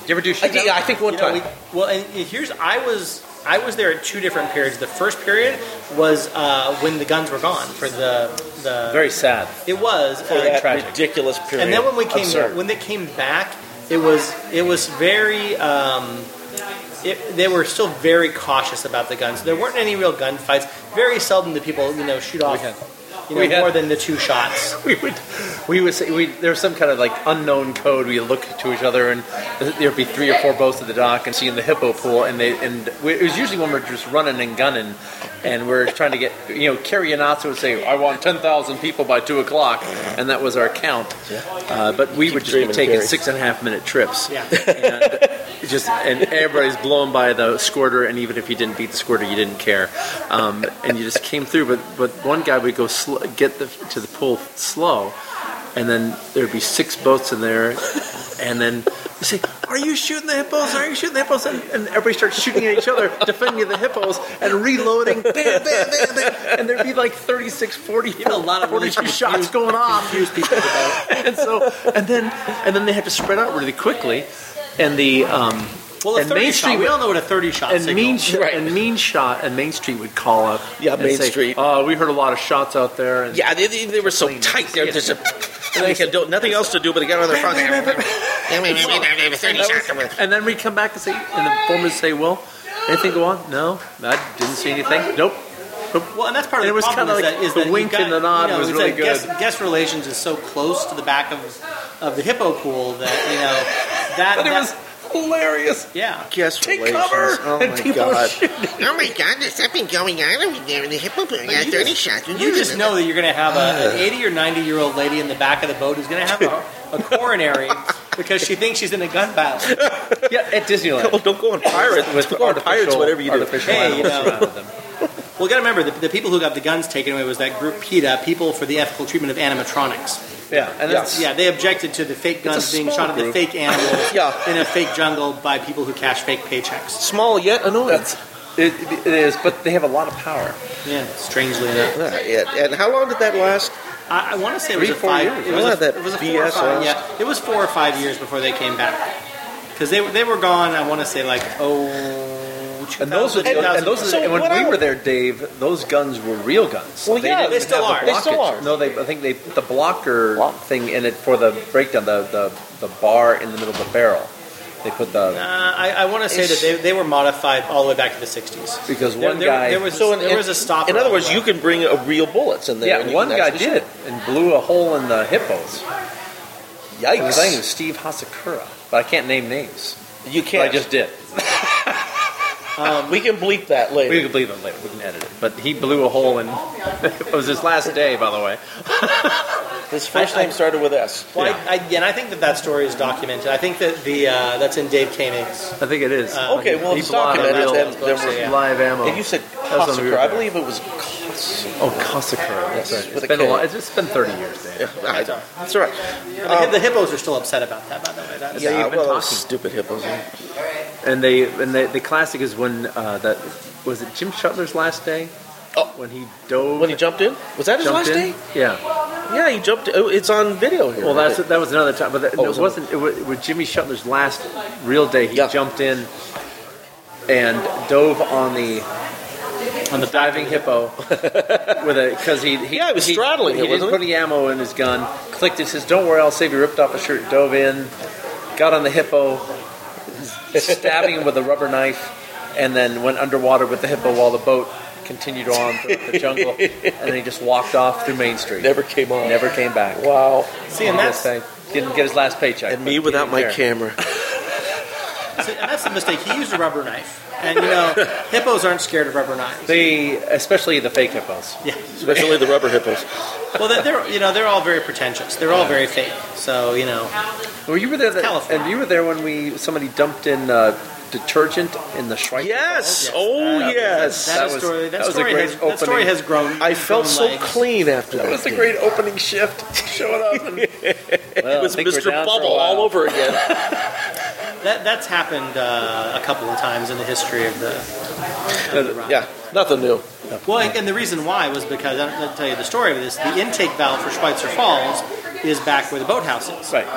Did you ever do
I,
shootouts?
did- I think one
You know,
time.
we- well, and and here's I was I was there at two different periods. The first period was uh, when the guns were gone for the the
Very sad.
it was uh,
that
tragic.
ridiculous period.
and then when we came
Absurd.
when they came back, it was it was very. Um, it, they were still very cautious about the guns. There weren't any real gunfights. Very seldom do people, you know, shoot off,
had-
you know,
we had-
more than the two shots.
We would, we would say, we, there was some kind of like unknown code. We look to each other, and there'd be three or four boats at the dock, and see in the hippo pool, and they, and we, it was usually when we're just running and gunning, and we're trying to get, you know, Kiriyanatsu would say, "I want ten thousand people by two o'clock," and that was our count. Uh, but we would just be
dreaming,
taking
Gary.
six and a half minute trips.
Yeah.
and just and everybody's blown by the squirter, and even if you didn't beat the squirter, you didn't care, um, and you just came through. But but one guy would go sl- get the, to the pool slow, and then there'd be six boats in there, and then you say, "Are you shooting the hippos? Are you shooting the hippos?" And, and everybody starts shooting at each other, defending the hippos, and reloading, bam, bam, bam, bam, and there'd be like 36, 40, a lot of 42 shots going off and so and then and then they have to spread out really quickly and the um
Well, a
and
thirty
Main
shot.
Street
We
would,
all know what a thirty shot
and
signal
mean
is.
Sh- and mean shot and main street would call up
Yeah,
and
Main
say,
Street.
oh we heard a lot of shots out there and
yeah, they, they, they were so
Clean.
tight. There,
Yeah.
there's a, they had do- nothing else to do but to get on their phones.
and then we come back and say and the foreman would say well anything go on no i didn't see anything nope
Well, and that's part of the
And it was
problem
kinda
is
like
that, is
the
that you've
wink
got-
and the nod
you know,
was
it's
really
like guest-
good.
Guest relations is so close to the back of of the hippo pool that you know that.
but it
that-
was hilarious
yeah.
Guess
take
relations.
cover
Oh
and
my
people
God.
shoot
Oh my god, there's something going on over there in the hippo pool. I got 30 shots.
You just know that you're going to have a, an 80 or 90 year old lady in the back of the boat who's going to have a, a coronary because she thinks she's in a gun battle.
yeah at disneyland
Oh, don't go on pirates.
with
Don't go on pirates,
artificial-
whatever you do.
artificial
Hey, you
animals
know.
around them.
Well, got to remember the, the people who got the guns taken away was that group PETA, People for the Ethical Treatment of Animatronics.
Yeah, and that's
Yeah, they objected to the fake guns being
small
shot at the
group.
fake animals
Yeah.
in a fake jungle by people who cash fake paychecks.
Small yet annoying.
that's it, it is, but they have a lot of power.
Yeah, strangely enough.
Yeah, it- And how long did that last?
I, I want to say it was
Three,
a
four
five.
years.
It was,
Yeah,
a,
that
it was a four or
BS
five.
last-
Yeah, it was four or five years before they came back because they were- they were gone. I want to say like oh.
And those are the,
2000.
and those are the,
So
and when
what
we
I-
were there, Dave, those guns were real guns.
Well, yeah,
didn't
they still
have
are.
the
They still
blockage.
are.
No, they, I think they put the blocker
Block.
thing in it for the breakdown, the, the, the bar in the middle of the barrel. They put the
Uh, I, I want to say that they, they were modified all the way back to the 60s.
because
There,
one
there-
guy
there was,
So in,
there was a stop.
In other words, you can bring a real bullets in there. and
yeah,
you
one
can
guy
actually
did it and blew a hole in the hippos.
shoot.
I was thinking it was
Yikes!
Steve Hasakura, but I can't name names.
You
But I
can't.
just did.
we can bleep that later.
We can believe it later. We can edit it. But he blew a hole in. it was his last day, by the way.
His first name started with S.
Well, I, I, and I think that that story is documented. I think that the uh, that's in Dave Koenig's.
I think it is.
Uh,
okay, well,
He
it's
blew out a
documented,
real-
then- then
we're-
yeah. live ammo.
And you said
That's when we were
Cossacker. I
there.
believe it was Cossacker.
Oh, Cossacker. That's right.
With
It's
a
been a
K.
lot. It's been 30 years, Dan.
That's
all right.
all right.
the, the hippos are still upset about that, by the way. That's,
Yeah,
you've been
well, those
talking.
stupid hippos.
And they and the, the classic is when uh, that was it Jim Shuttler's last day.
Oh.
when he dove.
When he jumped in? Was that his
jumped
last
in?
day?
Yeah.
Yeah, he jumped. Oh, it's on video here.
Well,
I
that's
think.
that was another time, but that,
Oh,
no, it
sorry.
wasn't. It was, it was Jimmy Shuttler's last real day. He
Yeah.
jumped in and dove on the on the diving hippo with a because he, he
Yeah, he was straddling
He,
it,
didn't
wasn't
put any ammo in his gun. Clicked it. Says, "Don't worry, I'll save you." Ripped off his shirt, dove in, got on the hippo, stabbing him with a rubber knife, and then went underwater with the hippo while the boat continued on throughout the jungle. and then he just walked off through Main Street.
Never came on.
Never came back.
Wow.
see, and that's,
Yes, I didn't get his last paycheck.
And
but
me
he
without
didn't
my
care.
camera.
see, and that's the mistake. He used a rubber knife, and you know, hippos aren't scared of rubber knives.
They, especially the fake hippos.
yeah.
Especially the rubber hippos.
Well, they're- they're you know they're all very pretentious. They're all very fake. So you know,
Well, you were there, that,
California.
and you were there when we somebody dumped in uh, detergent in the Schweik.
Yes.
Yes,
Oh,
that-
yes.
that,
That
is
was-
story. That,
that was a
story
great
has, that story
opening.
has grown.
I felt
grown
so
legs.
clean after that.
That was a great opening shift. Showing up. And, well,
It was
I think we're
Mr.
down for a
Bubble
while.
all over again.
That, that's happened uh, a couple of times in the history of the
yeah, nothing new.
Well, and and the reason why was because I will tell you the story of this. The intake valve for Schweitzer Falls is back where the boathouse is,
Right.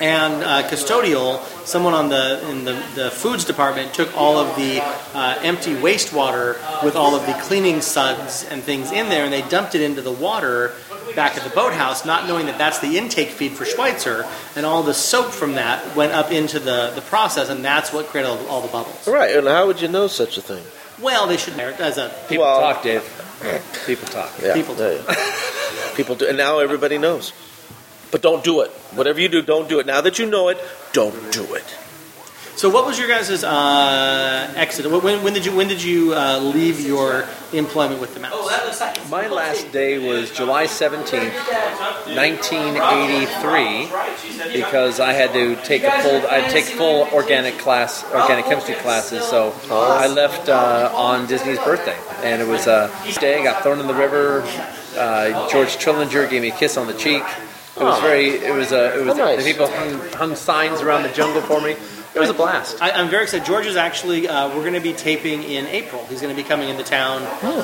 and uh, custodial. Someone on the in the, the foods department took all of the uh, empty wastewater with all of the cleaning suds and things in there, and they dumped it into the water back at the boathouse, not knowing that that's the intake feed for Schweitzer, and all the soap from that went up into the, the process, and that's what created all, all the bubbles.
Right, and how would you know such a thing?
Well, they should merit as a
People
Well-
talk, Dave. People talk.
Yeah,
People do.
there you go. People do, and now everybody knows. But don't do it. Whatever you do, don't do it. Now that you know it, don't do it.
So, what was your guys' uh, exit? When, when did you when did you uh, leave your employment with the mouse?
Oh, My last day was July 17th, 1983, because I had to take a full I take full organic class organic chemistry classes. So I left uh, on Disney's birthday, and it was a day. I got thrown in the river. Uh, George Trillinger gave me a kiss on the cheek. It was very. It was a. It was.
How nice.
The people hung, hung signs around the jungle for me. It was a blast.
I, I'm very excited. George is actually uh, we're going to be taping in April. He's going to be coming into town,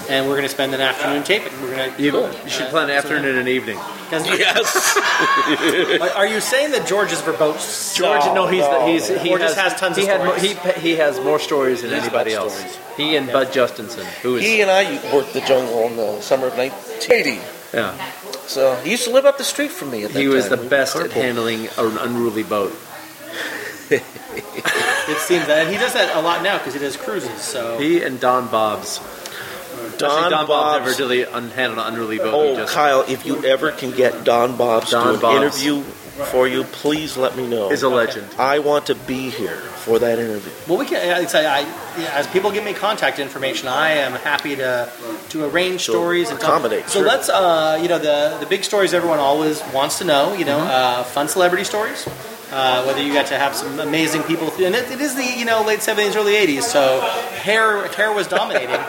and we're going to spend an afternoon taping. We're going to.
Oh. You, you should plan an afternoon and an evening.
Yes.
Are you saying that George is verbose?
George, no, he's the, he's he
Or just has tons
he
of
had mo-
stories.
he, he has more stories than anybody
got
else.
stories.
He and Bud Justinson, who is
he and I worked the jungle in the summer of 1980.
yeah,
So he used to live up the street from me at that
he was
time.
the
We
best at
carpooled.
handling an unruly boat.
It seems that, and he does that a lot now because he does cruises. So
He and Don Bob's. Actually,
Don,
Don Bob
Bob's.
never really un- handled an unruly boat.
oh,
he just
Kyle, if you ever can get Don Bob's
Don
to an
Bob's.
interview for you, please let me know.
is a legend.
I want to be here for that interview.
well, we can. I, I, I, yeah, as people give me contact information, I am happy to to arrange
To
stories and talk-
accommodate,
So
sure.
let's, uh, you know, the the big stories everyone always wants to know. You know,
Mm-hmm.
uh, fun celebrity stories. Uh, whether you got to have some amazing people, and it, it is the you know late seventies, early eighties, so hair hair was dominating.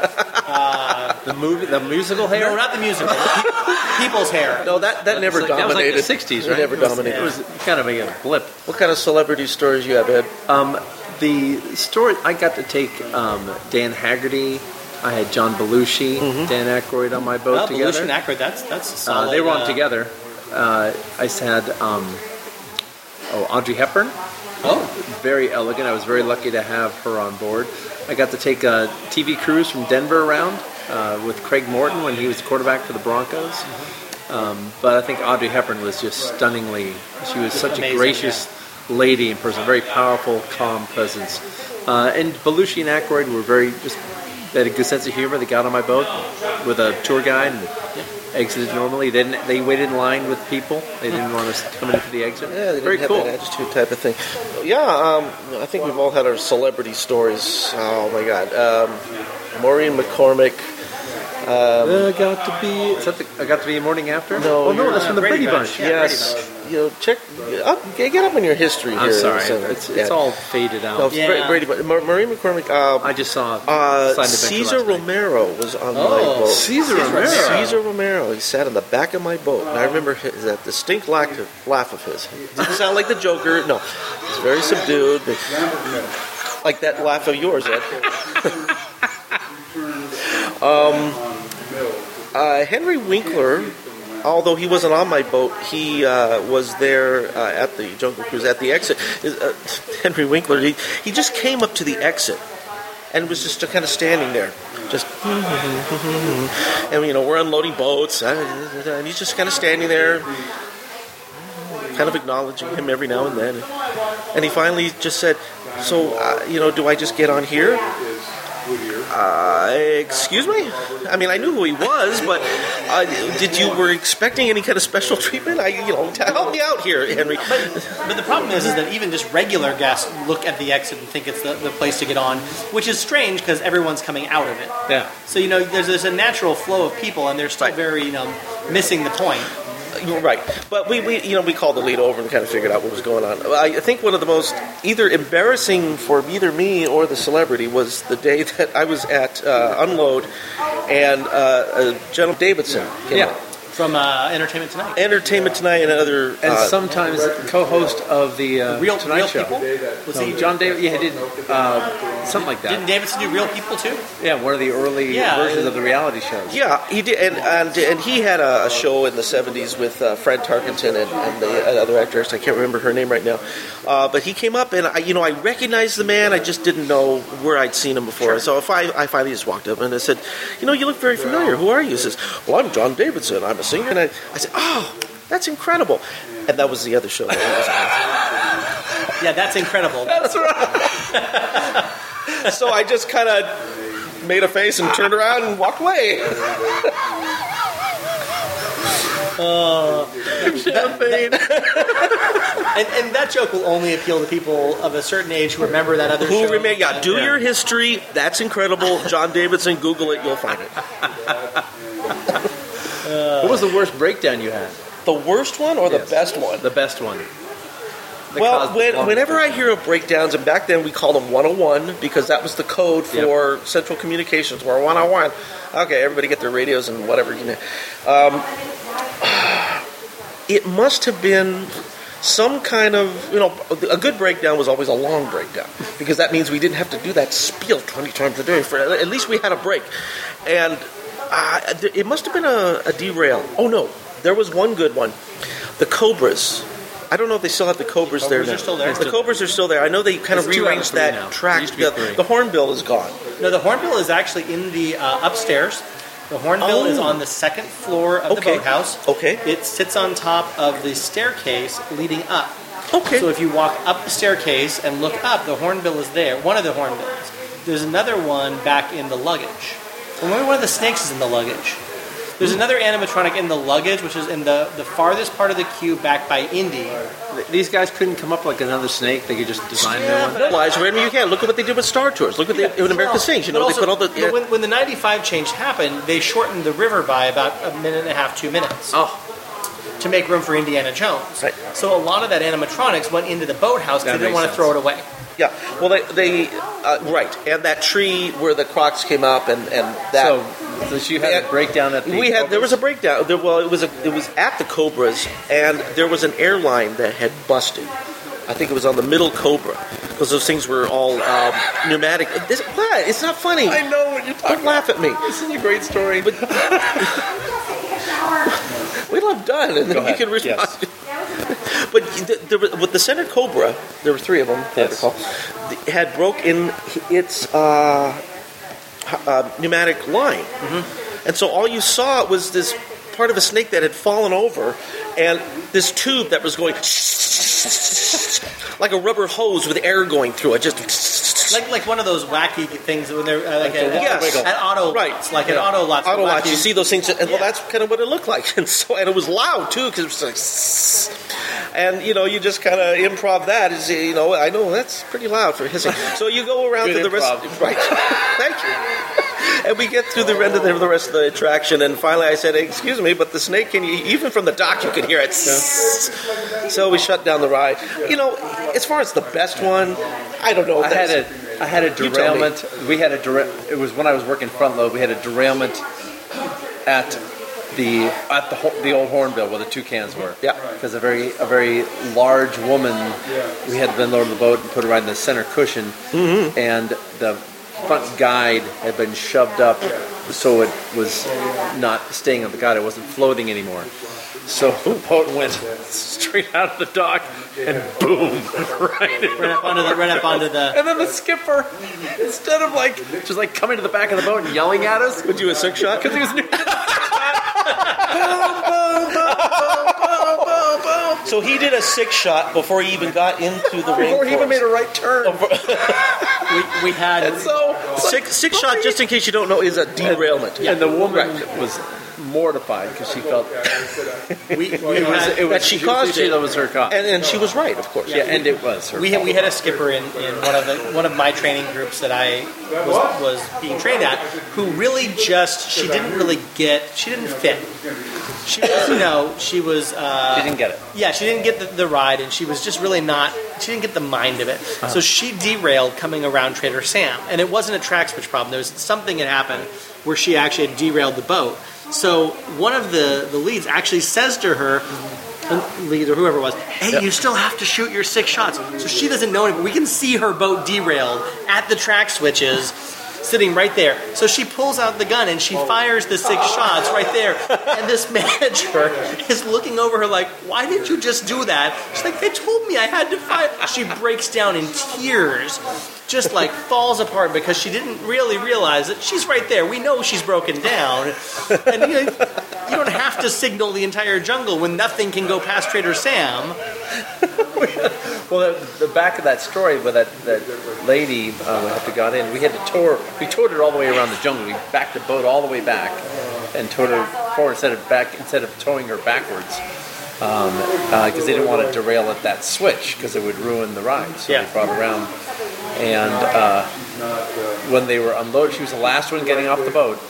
The movie, the musical
no,
hair.
not the musical. The people's hair.
No, that, that never
It's like-
dominated.
That was like the 60s,
It
right?
never
It was-
dominated.
It was, kind of a blip.
What kind of celebrity stories you have, Ed?
Um, the story I got to take um, Dan Haggerty. I had John Belushi,
Mm-hmm.
Dan Aykroyd on my boat
Well,
together.
Belushi and Aykroyd, that's that's a
Uh,
solid.
they were on
uh,
together. Uh, I had um, oh Audrey Hepburn,
Oh,
very elegant. I was very lucky to have her on board. I got to take a TV cruise from Denver around uh, with Craig Morton when he was quarterback for the Broncos.
Mm-hmm.
Um, but I think Audrey Hepburn was just stunningly. She was such
amazing,
a gracious lady in person, very powerful, calm presence. Uh, and Belushi and Aykroyd were very just. They had a good sense of humor. They got on my boat with a tour guide and exited normally. They didn't, they waited in line with people. They didn't want us to come in for the exit.
Yeah, they
very
didn't
cool.
have that attitude type of thing. Yeah, um, I think we've all had our celebrity stories. Oh my God, um, Maureen McCormick.
I Uh, got to be. Is that the, I got to be morning after.
No,
oh no,
you're-
that's from the
Brady
Brady Bunch.
Bunch, yeah.
yes, you know, check up, get get up on your history here.
I'm sorry,
So,
it's,
yeah.
it's all faded out.
No, Bra- Brady, but Ma- Maureen McCormick. Uh,
I just saw
uh,
Side Adventure
Caesar
last night.
Romero was on my
Oh,
boat.
Caesar Romero.
Caesar Romero. He sat on the back of my boat, and I remember his, that distinct laugh of, laugh of his. It didn't sound like the Joker. No, it's very subdued, but like that laugh of yours, Ed. um, uh, Henry Winkler. Although he wasn't on my boat, he uh, was there uh, at the Jungle Cruise at the exit. Is- Uh, Henry Winkler, he, he just came up to the exit and was just kind of standing there, just and you know we're unloading boats, uh, and he's just kind of standing there, kind of acknowledging him every now and then. And he finally just said, "So, uh, you know, do I just get on here?" Uh, excuse me. I mean, I knew who he was, but uh, did you were expecting any kind of special treatment? I, you know, help me out here, Henry.
But the problem is, is that even just regular guests look at the exit and think it's the, the place to get on, which is strange because everyone's coming out of it.
Yeah.
So you know, there's, there's a natural flow of people, and they're still
Right.
very you know missing the point.
You're right, but we, we you know we called the lead over and kind of figured out what was going on. I I think one of the most either embarrassing for either me or the celebrity was the day that I was at uh, Unload, and uh, uh, General Davidson came
Yeah.
up.
From uh, Entertainment Tonight,
Entertainment Tonight and other
and
uh,
sometimes co-host of the uh,
real
Tonight
real
Show.
people was
So
he
John David? Yeah, he did uh, something like
Didn't
that.
Davidson do real people too?
Yeah, one of the early
Yeah.
versions of the reality shows.
uh, yeah he did and and, and he had a, a show in the '70s with uh, Fred Tarkenton and, and the other actress I can't remember her name right now, uh, but he came up and I you know I recognized the man I just didn't know where I'd seen him before so if I I finally just walked up and I said you know you look very familiar who are you he says well I'm John Davidson I'm a singer and I, I said oh that's incredible and that was the other show that he was on.
Yeah, that's incredible.
That's right. so I just kind of made a face and turned around and walked away. Uh, Champagne.
And, and that joke will only appeal to people of a certain age who remember that other
Who
show.
remain? Yeah, do your history. That's incredible. John Davidson. Google it. You'll find it.
What was the worst breakdown you had?
The worst one or the
Yes.
best one?
The best one. The
well,
Cosby
when,
one.
whenever I hear of breakdowns, and back then we called them 101 because that was the code for Central Communications, or 101. Okay, everybody get their radios and whatever. You know. um, it must have been some kind of, you know, a good breakdown was always a long breakdown because that means we didn't have to do that spiel 20 times a day. For At least we had a break. And uh, th- it must have been a, a derail. Oh, no, there was one good one. The Cobras. I don't know if they still have the Cobras,
Cobras
there.
are
now.
still there?
The Cobras are still there. I know they kind of
It's two out
rearranged
of three
that
now. It
track.
used to be
The,
three.
the hornbill is gone.
No, the hornbill is actually in the uh, upstairs. The hornbill is
Oh.
on the second floor of
Okay.
the boathouse.
Okay.
It sits on top of the staircase leading up.
Okay.
So if you walk up the staircase and look up, the hornbill is there. One of the hornbills. There's another one back in the luggage. Remember, one of the snakes is in the luggage. There's
Hmm.
another animatronic in the luggage, which is in the, the farthest part of the queue back by Indy.
these guys couldn't come up like another snake, they could just design their one.
Otherwise, wherever you can, look at what they did with Star Tours. Look at the, with American
Well,
Sings. You
but
know,
also-
they put all the.
but when, when the 95 change happened, they shortened the river by about a minute and a half, two minutes.
Oh.
To make room for Indiana Jones.
Right.
So a lot of that animatronics went into the boathouse
That
because they didn't
makes
want to
sense.
throw it away.
Yeah, well, they, they uh, right, and that tree where the Crocs came up, and and that
So So she had a breakdown at the.
we had there was a
Cobras?
breakdown. There, well, it was a, it was at the Cobras, and there was an airline that had busted. I think it was on the middle Cobra because those things were all um, pneumatic. This, what? It's not funny.
I know what you're talking.
Don't laugh at me.
This is a great story. But
Well, I'm done, and
Go
then
ahead.
you can respond. but the, there were- with the center Cobra, there were three of them. that I
Yes.
recall, th- had broke in its uh, h- uh, pneumatic line, and so all you saw was this part of a snake that had fallen over, and this tube that was going like a rubber hose with air going through it, just.
Like, like one of those wacky things when they're uh, like,
Like the
a,
water wiggle.
an auto
Right.
like an
Yeah.
auto lot.
Auto lots. You
wacky-
see those things, and
Yeah.
well, that's kind of what it looked like. And so, and it was loud too, because it was like, "Sss." and you know, you just kind of improv that. Is you know, I know that's pretty loud for hissing. So you go around
Good
to the
improv.
rest. Right. Thank you. And we get through the end of the, the rest of the attraction, and finally I said, "Excuse me, but the snake can you, even from the dock you can hear it." "Sss." So we shut down the ride. You know, as far as the best one, I don't know. if
I had
that's-
a I had a
You tell me.
derailment. We had a dera- It was when I was working front load. We had a derailment at the at the ho- the old Hornbill where the toucans were.
Yeah.
because a very a very large woman. We had been lowered the boat and put her right in the center cushion,
Mm-hmm.
and the front guide had been shoved up, so it was not staying on the guide. It wasn't floating anymore. So the boat went straight out of the dock and boom, right in
right up onto the right up onto the.
and then the skipper, instead of like just like coming to the back of the boat and yelling at us, would you a six shot? Because he was new.
So he did a six shot before he even got into the ring.
Before he even made a right turn.
We, we had
So
six six shot, just in case you don't know, is a derailment.
And the woman was mortified because she felt
we, we
it was
had,
it was
That she caused
she,
it.
That was her cause.
And, and she was right, of course.
yeah, and it was her.
we had, we had a skipper in, in one of the one of my training groups that I was, was being trained at who really just she didn't really get she didn't fit. She was you know she was uh,
she didn't get it.
yeah she didn't get the, the ride and she was just really not she didn't get the mind of it. So she derailed coming around Trader Sam and it wasn't a track switch problem. There was something that happened where she actually had derailed the boat. So one of the the leads actually says to her, lead or whoever it was, hey, you still have to shoot your six shots. So she doesn't know anything. We can see her boat derailed at the track switches, sitting right there. So she pulls out the gun and she fires the six shots right there. And this manager is looking over her like, why did you just do that? She's like, they told me I had to fire. She breaks down in tears. Just like falls apart because she didn't really realize that she's right there. We know she's broken down, and you know, you don't have to signal the entire jungle when nothing can go past Trader Sam.
Well, the, the back of that story with that, that lady uh, who got in, we had to tour. We towed her all the way around the jungle. We backed the boat all the way back and towed her forward instead of back instead of towing her backwards because they didn't want to derail at that switch because it would ruin the ride. So
Yeah.
we brought her around, and uh, when they were unloaded, she was the last one getting off the boat,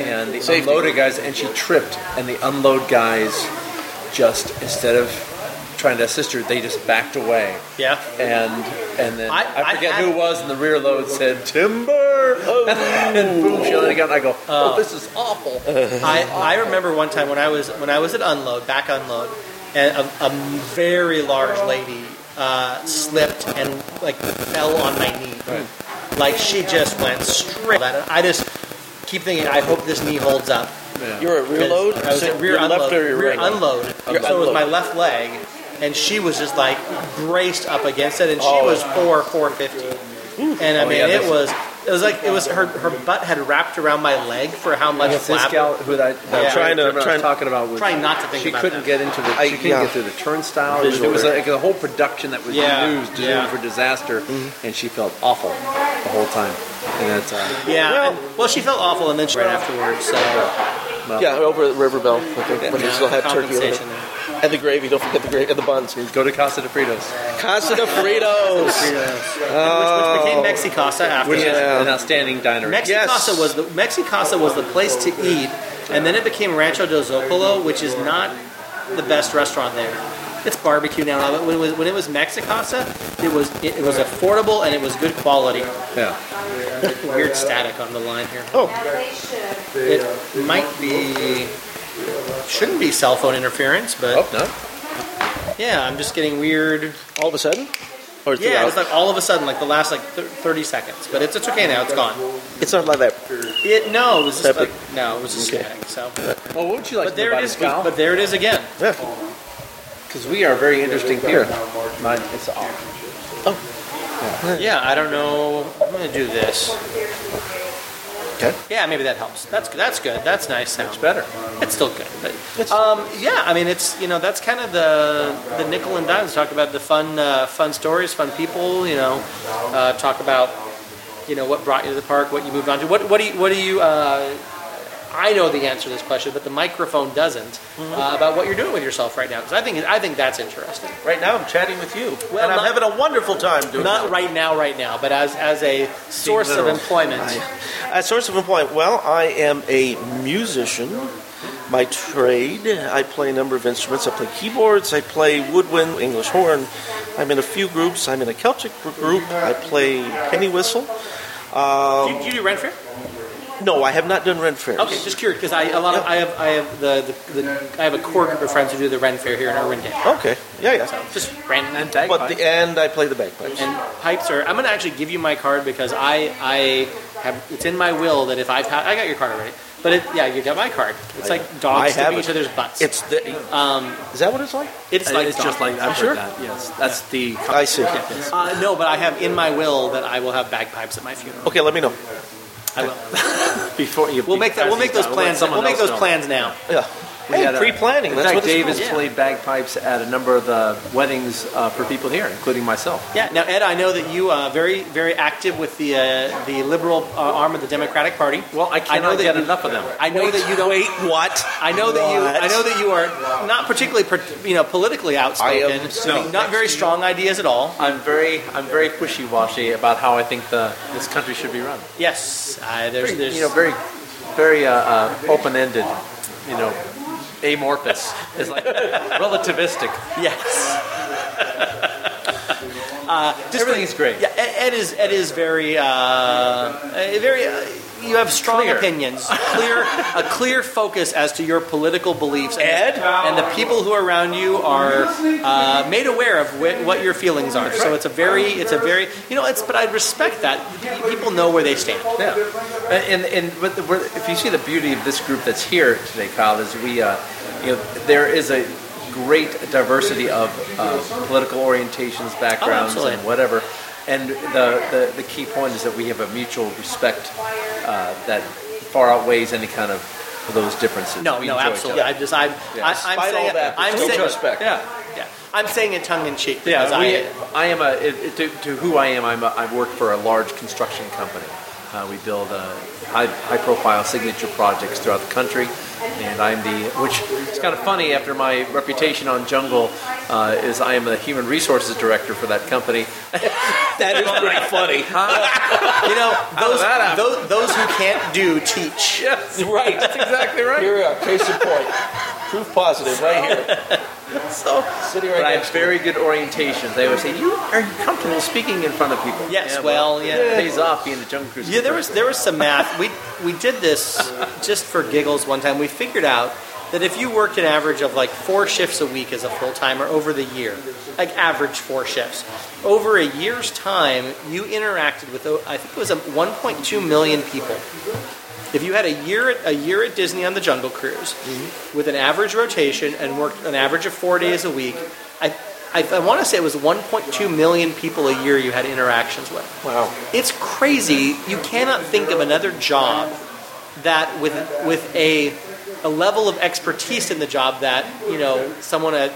and the unloaded guys, and she tripped, and the unload guys just instead of trying to assist her, they just backed away
Yeah.
and and then
I-
I,
I
forget
had-
who it was in the rear load said timber, oh, and boom, she let it go. And I go, oh, this is awful.
I,
Uh-huh.
I remember one time when I was when I was at unload back unload, and a, a very large lady uh, slipped and like fell on my knee. Like she just went straight. at it. I just keep thinking, I hope this knee holds up.
You're a rear load?
I was
So
at rear
your
unload.
left or your
rear
right?
unload. So
Your
it was
unload.
my left leg, and she was just like braced up against it, and she
Oh,
was four four fifty. And I
Oh,
mean,
yeah,
it
that's-
was it was like it was her her butt had wrapped around my leg for how much
Yes, this
flap.
gal who that, that
Yeah.
Trying to-
remember I was
trying-
talking about was
Trying not to think
she
about
couldn't
that.
get into the
I-
she couldn't
yeah.
get through the turnstile.
Visual
It was
there.
like a whole production that was
Yeah,
used doomed
yeah.
for disaster, and she felt awful the whole time. And that's uh,
Yeah.
Well-
Well, well, she felt awful, and then she right afterwards. So
Yeah, over at Riverbell, I think, when they
yeah,
still have turkey. in it.
compensation there.
And the gravy, don't forget the gravy and the buns.
go to Casa de Fritos,
Casa de Fritos!
Which, which became Mexicasa after.
which
that.
is an outstanding diner.
Mexicasa
Yes.
was the Mexicasa was the place to eat, and then it became Rancho del Zocolo, which is not the best restaurant there. It's barbecue now. But when it was when it was Mexicasa, it was it, it was affordable and it was good quality.
Yeah.
Weird static on the line here.
Oh,
It might be shouldn't be cell phone interference, but
oh no!
yeah, I'm just getting weird.
All of a sudden,
Oh,
or
Yeah,
throughout?
it's like all of a sudden, like the last like th- 30 seconds. But it's, it's okay now. It's gone.
It's not like that.
It no, it was just
Epic.
like no, it was just static. So,
well, what would you like?
but there it is. But there it is again.
because we are very interesting here. Mine, it's off.
Yeah, I don't know. I'm gonna do this.
Okay.
Yeah, maybe that helps. That's that's good. That's nice sound.
Better.
It's still good. But, um, yeah, I mean, it's you know that's kind of the the nickel and dimes. Talk about the fun uh, fun stories, fun people. You know, uh, talk about you know what brought you to the park, what you moved on to. What what do you what do you? Uh, I know the answer to this question, but the microphone doesn't.
Mm-hmm.
Uh, about what you're doing with yourself right now, because I think I think that's interesting.
Right now, I'm chatting with you,
Well,
and I'm
not-
having a wonderful time doing
Not
this.
right now, right now, but as as a source of
literal.
employment.
A source of employment. Well, I am a musician by trade. I play a number of instruments. I play keyboards. I play woodwind, English horn. I'm in a few groups. I'm in a Celtic group. I play penny whistle.
do, you, do you do rent fair?
No, I have not done Ren Fairs.
Okay, just curious because I a lot of, I have I have the, the, the I have a core group of friends who do the Ren Fair here in Irwindale.
Okay. Yeah, yeah.
So just random and
But the and I play the bagpipes.
and pipes are. I'm gonna actually give you my card because I I have it's in my will that if I pa- I got your card already. But it, yeah, you got my card. It's like dogs
I have
sniffing each
it.
other's butts.
It's the.
um,
Is that what it's like?
it's like
it's
dogs.
just like I've
sure?
heard that. Yes, that's the.
I see.
Uh, no, but I have in my will that I will have bagpipes at my funeral.
Okay, let me know.
I will.
Before you,
We'll make that. We'll make those plans. We'll make those plans now.
Yeah. Hey,
had a-
pre-planning.
In
That's
fact,
what
Dave
it's
has
called.
Yeah.
played bagpipes at a number of the weddings uh, for people here, including myself.
Yeah. Now, Ed, I know that you are very, very active with the uh, the liberal uh, arm of the Democratic Party.
Well, I cannot
know that
get
you-
enough of them.
I know that you don't. Wait,
What?
I know that you.
What?
I know that you are not particularly, per- you know, politically outspoken.
I am
I mean, not very strong ideas at all.
I'm very, I'm very wishy-washy about how I think the this country should be run.
Yes. Uh, there's,
Very,
there's.
you know, very, very uh, uh, open-ended. You know, amorphous. It's like relativistic.
yes. Uh,
Everything is great.
Yeah. Ed, Ed is. Ed is very. Uh, uh, very. Uh, you have strong
Clear.
opinions, clear, a clear focus as to your political beliefs, and,
Ed?
and the people who are around you are uh, made aware of wh- what your feelings are. So it's a very, it's a very, you know, it's. But I respect that people know where they stand.
Yeah, and and, and but the, we're- if you see the beauty of this group that's here today, Kyle, is we, uh, you know, there is a great diversity of uh, political orientations, backgrounds,
absolutely.
and whatever. And the, the the key point is that we have a mutual respect uh, that far outweighs any kind of those differences.
No,
We
no,
enjoy each
absolutely.
other.
I just, I'm,
Yeah.
I, I'm
Despite all
saying,
that,
I'm
still
saying,
respect.
yeah, yeah, I'm saying it tongue in cheek. because
Yeah, we,
I,
I, am a it, it- to, to who I am. I'm a, I work for a large construction company. Uh, we build uh, high, high profile signature projects throughout the country, and I'm the which is kind of funny after my reputation on Jungle uh, is I am the human resources director for that company. that is pretty funny.
you know,
did
those,
that happen?
those, those who can't do teach.
Yes, right. That's exactly right.
Here we are. Case in point. Proof positive right here.
So,
Sitting right
But I
next
have very good orientations. They always say, "You are you comfortable speaking in front of people?"
Yes, well, yeah.
It pays off being a jungle cruise.
yeah, there was there was some math. We we did this just for giggles one time. We figured out that if you worked an average of like four shifts a week as a full timer over the year, like average four shifts, over a year's time, you interacted with oh, I think it was a 1.2 million people. If you had a year at, a year at Disney on the Jungle Cruise with an average rotation and worked an average of four days a week, I I, I want to say it was 1.2 million people a year you had interactions with.
Wow.
It's crazy. You cannot think of another job that with with a a level of expertise in the job that you know someone at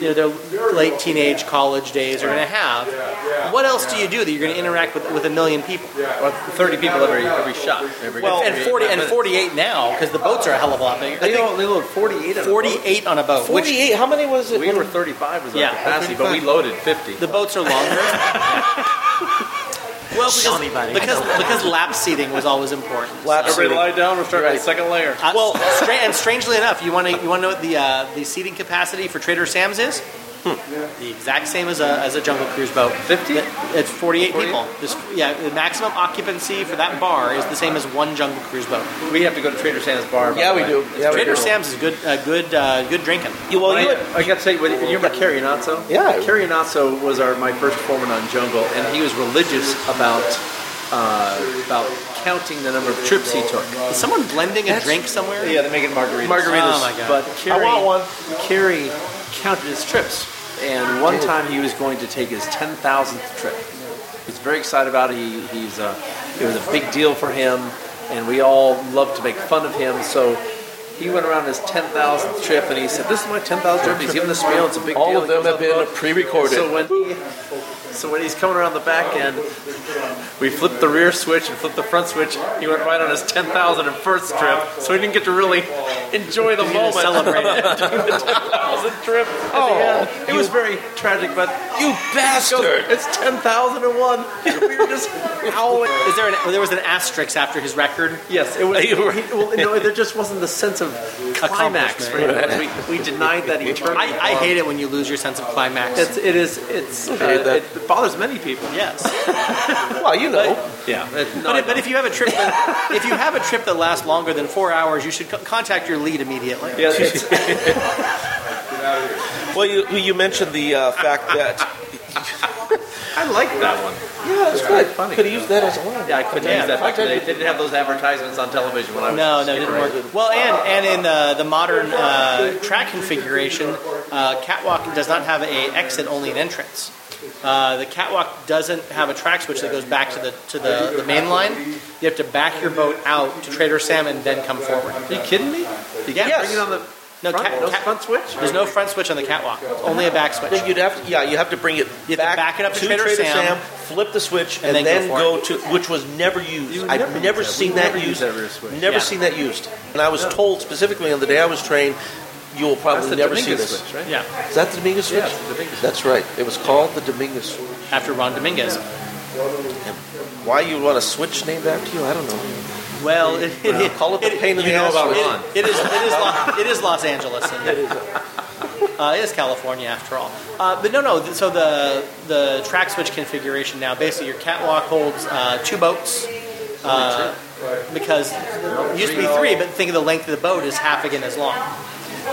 you know their late teenage college days are going to have. What else do you do that you're going to interact with with a million people?
Well, 30 people every every shot. Every
Well, and
every
forty and
minute.
forty-eight now because the boats are a hell of a lot bigger.
They don't- they load 48 of them.
Forty-eight on a boat. Which
48. How many was it?
We were 35 was our
Yeah.
capacity, but we loaded 50.
the boats are longer. well, because because, because lap seating was always important.
Lap seating.
down. We're starting
Right.
second layer.
Uh, well, stra- and strangely enough, you want to you want to know what the uh, the seating capacity for Trader Sam's is? The exact same as a, as a jungle cruise boat. 50? It's 48 people. This, yeah, the maximum occupancy for that bar is the same as one jungle cruise boat.
We have to go to Trader Sam's bar. by
Yeah,
the
we
way.
do. Yeah, we
Trader
do.
Sam's is good, uh, good, uh, good drinking.
You, well, you
I, I got to say, when you remember Kerry Natso?
Yeah.
Kerry Natso was our my first foreman on Jungle, and he was religious about uh, about counting the number of trips he took.
Is someone blending a drink somewhere?
Yeah, they're making margaritas. Margaritas.
Oh, my God.
But Kerry,
want one.
Kerry counted his trips, and one time he was going to take his ten thousandth trip. He's very excited about it. He, he's uh, it was a big deal for him, and we all love to make fun of him. So. He went around his 10,000th trip and he said, This is my 10,000th trip. He's giving the spiel. It's a big
all
deal.
of
He
them
goes
have
up above.
been pre-recorded.
So when he, so when he's coming around the back end, we flipped the rear switch and flipped the front switch. He went right on his 10,000 and first trip, so he didn't get to really enjoy the moment. Celebrate it. the 10,000 trip. Oh, it was very tragic, but
you bastard!
it's 10,001. we were just howling.
Is there an, there was an asterisk after his record?
Yes, it was. He, well, no, there just wasn't the sense of climax for him. We, we denied that eternally.
I, I hate it when you lose your sense of climax.
It's, it is. It's. Uh,
hate that.
It bothers many people.
yes.
Well, you know.
Yeah.
But, if- but if you have a trip, that, if you have a trip that lasts longer than four hours, you should co- contact your lead immediately.
Yeah, it's,
Well, you, you mentioned the uh, fact that
I like that one.
yeah, it's
good.
Could have used that as well.
Yeah, I couldn't
Yeah.
use that back then. They didn't have those advertisements on television when I was.
No, no, it didn't work. Well, and and in uh, the modern uh, track configuration, uh, catwalk does not have a exit, only an entrance. Uh, the catwalk doesn't have a track switch that goes back to the to the, the main line. You have to back your boat out to Trader Sam and then come forward.
Are you kidding me? You
Yes.
Bring it on the
No,
front,
cat-
no
cat-
front switch.
There's no front switch on the catwalk. It's only a back switch.
Then you'd have to, yeah, you have to bring it
You have to
back,
back it up to Trader Sam,
flip the switch,
and
and,
then
then,
go
go, to which was never used.
You
I've
never
never,
used that.
seen
We
that
never
used.
used that rear switch.
Never
Yeah.
seen that used. And I was told specifically on the day I was trained, you will
That's
probably
the
never see
Dominguez
this.
switch, right?
yeah,
Is that the Dominguez switch?
Yeah, it's the Dominguez
That's right. It was called the Dominguez switch.
after Ron Dominguez.
Why you want a switch named after you? I don't know.
Well, it, it, it,
Call it the pain in the ass.
about
switch.
Ron.
It is. It is. Los, it is Los Angeles. Isn't it? Uh, it is California after all. Uh, but no, no. th- So the the track switch configuration now, basically, your catwalk holds uh, two boats. Uh, because it used to be three, but think of the length of the boat is half again as long.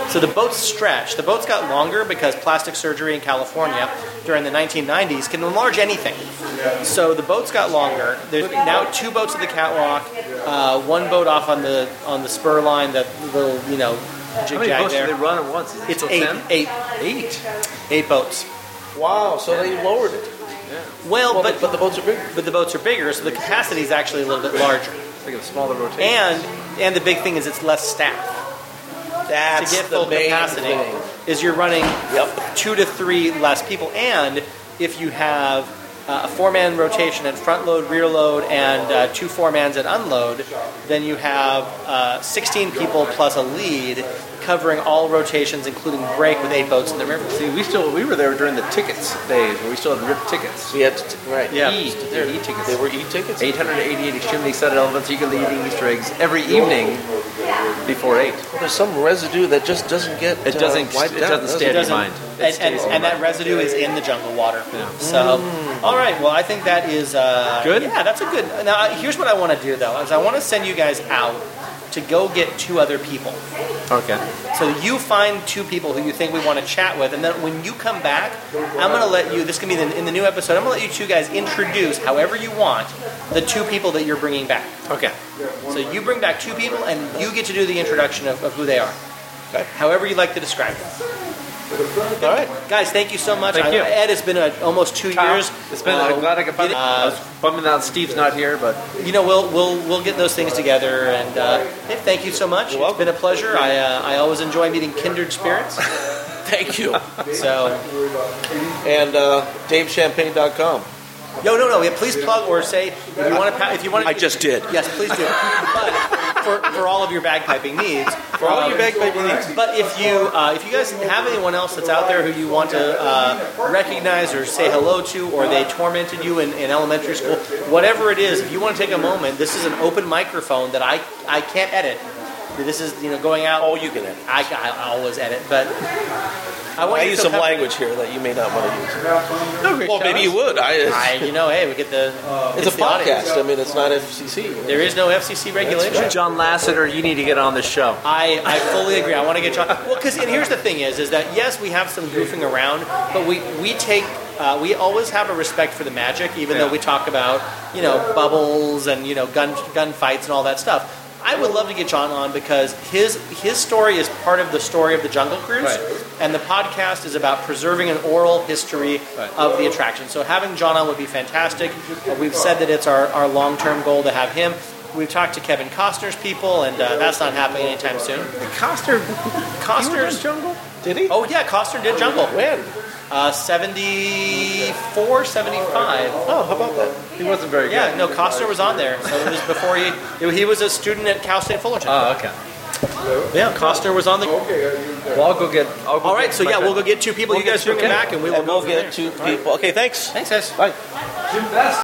So the boats stretch. The boats got longer because plastic surgery in California during the 1990s can enlarge anything. So the boats got longer. There's now two boats at the catwalk, uh, one boat off on the on the spur line, that little you know
How
jig
many
jag
boats did they
there.
run at once? Is it
It's
still
eight,
10?
eight,
Eight.
eight boats.
Wow, so they lowered it.
Well,
Well,
but,
but the boats are bigger.
but the boats are bigger, so the capacity is actually a little bit larger.
It's like a smaller rotation.
And and the big thing is it's less staff.
That's
to get
the
full
main
capacity
thing.
is you're running
Yep.
two to three less people. And if you have uh, a four-man rotation and front load, rear load, and uh, two four-mans and unload, then you have uh, 16 people plus a lead covering all rotations, including break with eight boats in the river.
See, we still we were there during the tickets days where we still had ripped tickets.
We had to, right.
Yeah.
E, they're E tickets.
They were e-tickets.
888 extremely set elements. You could lead Easter eggs every evening before eight.
There's some residue that just doesn't get
It doesn't-
uh, wiped
it
out,
doesn't stay in your
doesn't-
mind. It
And, and,
stays in your
and that residue is in the jungle water. So,
Mm.
all right. Well, I think that is uh,
Good?
Yeah, that's a good. Now, I- here's what I want to do though: is I want to send you guys out to go get two other people.
Okay.
So you find two people who you think we want to chat with, and then when you come back, I'm going to let you. This can be the, in the new episode. I'm going to let you two guys introduce, however you want, the two people that you're bringing back.
Okay.
So you bring back two people, and you get to do the introduction of, of who they are. However you like to describe them. All right, guys. Thank you so much.
Thank
I-
you.
Ed, it's been uh almost two
Kyle,
years.
It's been.
Uh,
Um,
I'm glad I could. Bump,
it-
I was bumming out Steve's not here, but
you know, we'll we'll we'll get those things together. And uh, hey, thank you so much. It's been a pleasure. I uh, I always enjoy meeting kindred spirits.
Thank you.
So.
and uh, DaveChampagne.com.
No, no, no. Yeah, please plug or say if you want to. Pa- if you want, to,
I just did.
Yes, please do. But for, for all of your bagpiping needs, for
all your bagpiping needs.
But if you uh, if you guys have anyone else that's out there who you want to uh, recognize or say hello to, or they tormented you in, in elementary school, whatever it is, if you want to take a moment, this is an open microphone that I I can't edit. This is you know going out.
Oh, you can edit.
I, I always edit, but I want you
I
to
use
feel comfortable-
some language here that you may not want to use.
No, Greg,
Well,
shut
maybe
up.
you would. I,
I, you know, hey, we get the.
it's, a
the audience.
podcast. I mean, it's not FCC.
There is no FCC regulation.
John Lasseter, you need to get on the show.
I, I fully agree. I want to get John. Well, because and here's the thing is is that yes, we have some goofing around, but we we take uh, we always have a respect for the magic, even though we talk about you know bubbles and you know gun gun fights and all that stuff. I would love to get John on because his his story is part of the story of the Jungle Cruise,
Right.
and the podcast is about preserving an oral history
Right.
of the attraction. So having John on would be fantastic. Uh, We've said that it's our, our long term goal to have him. We've talked to Kevin Costner's people, and uh, that's not happening anytime soon.
Coster,
Costner's
jungle? Did he?
Oh yeah, Costner did Jungle.
When?
Uh, 74, 75.
Oh, how about that? He wasn't very
Yeah,
good.
no, Costner was on there. So it was before he he was a student at Cal State Fullerton.
Oh, okay.
yeah, Costner was on the.
Well, I'll go get. I'll go
All right,
get
so yeah,
my-
we'll go get two people.
We'll
you guys
get two
bring them
people.
back, and we will
And we'll
go from
get
there.
two people. Okay, thanks.
Thanks, guys.
Bye. Do best.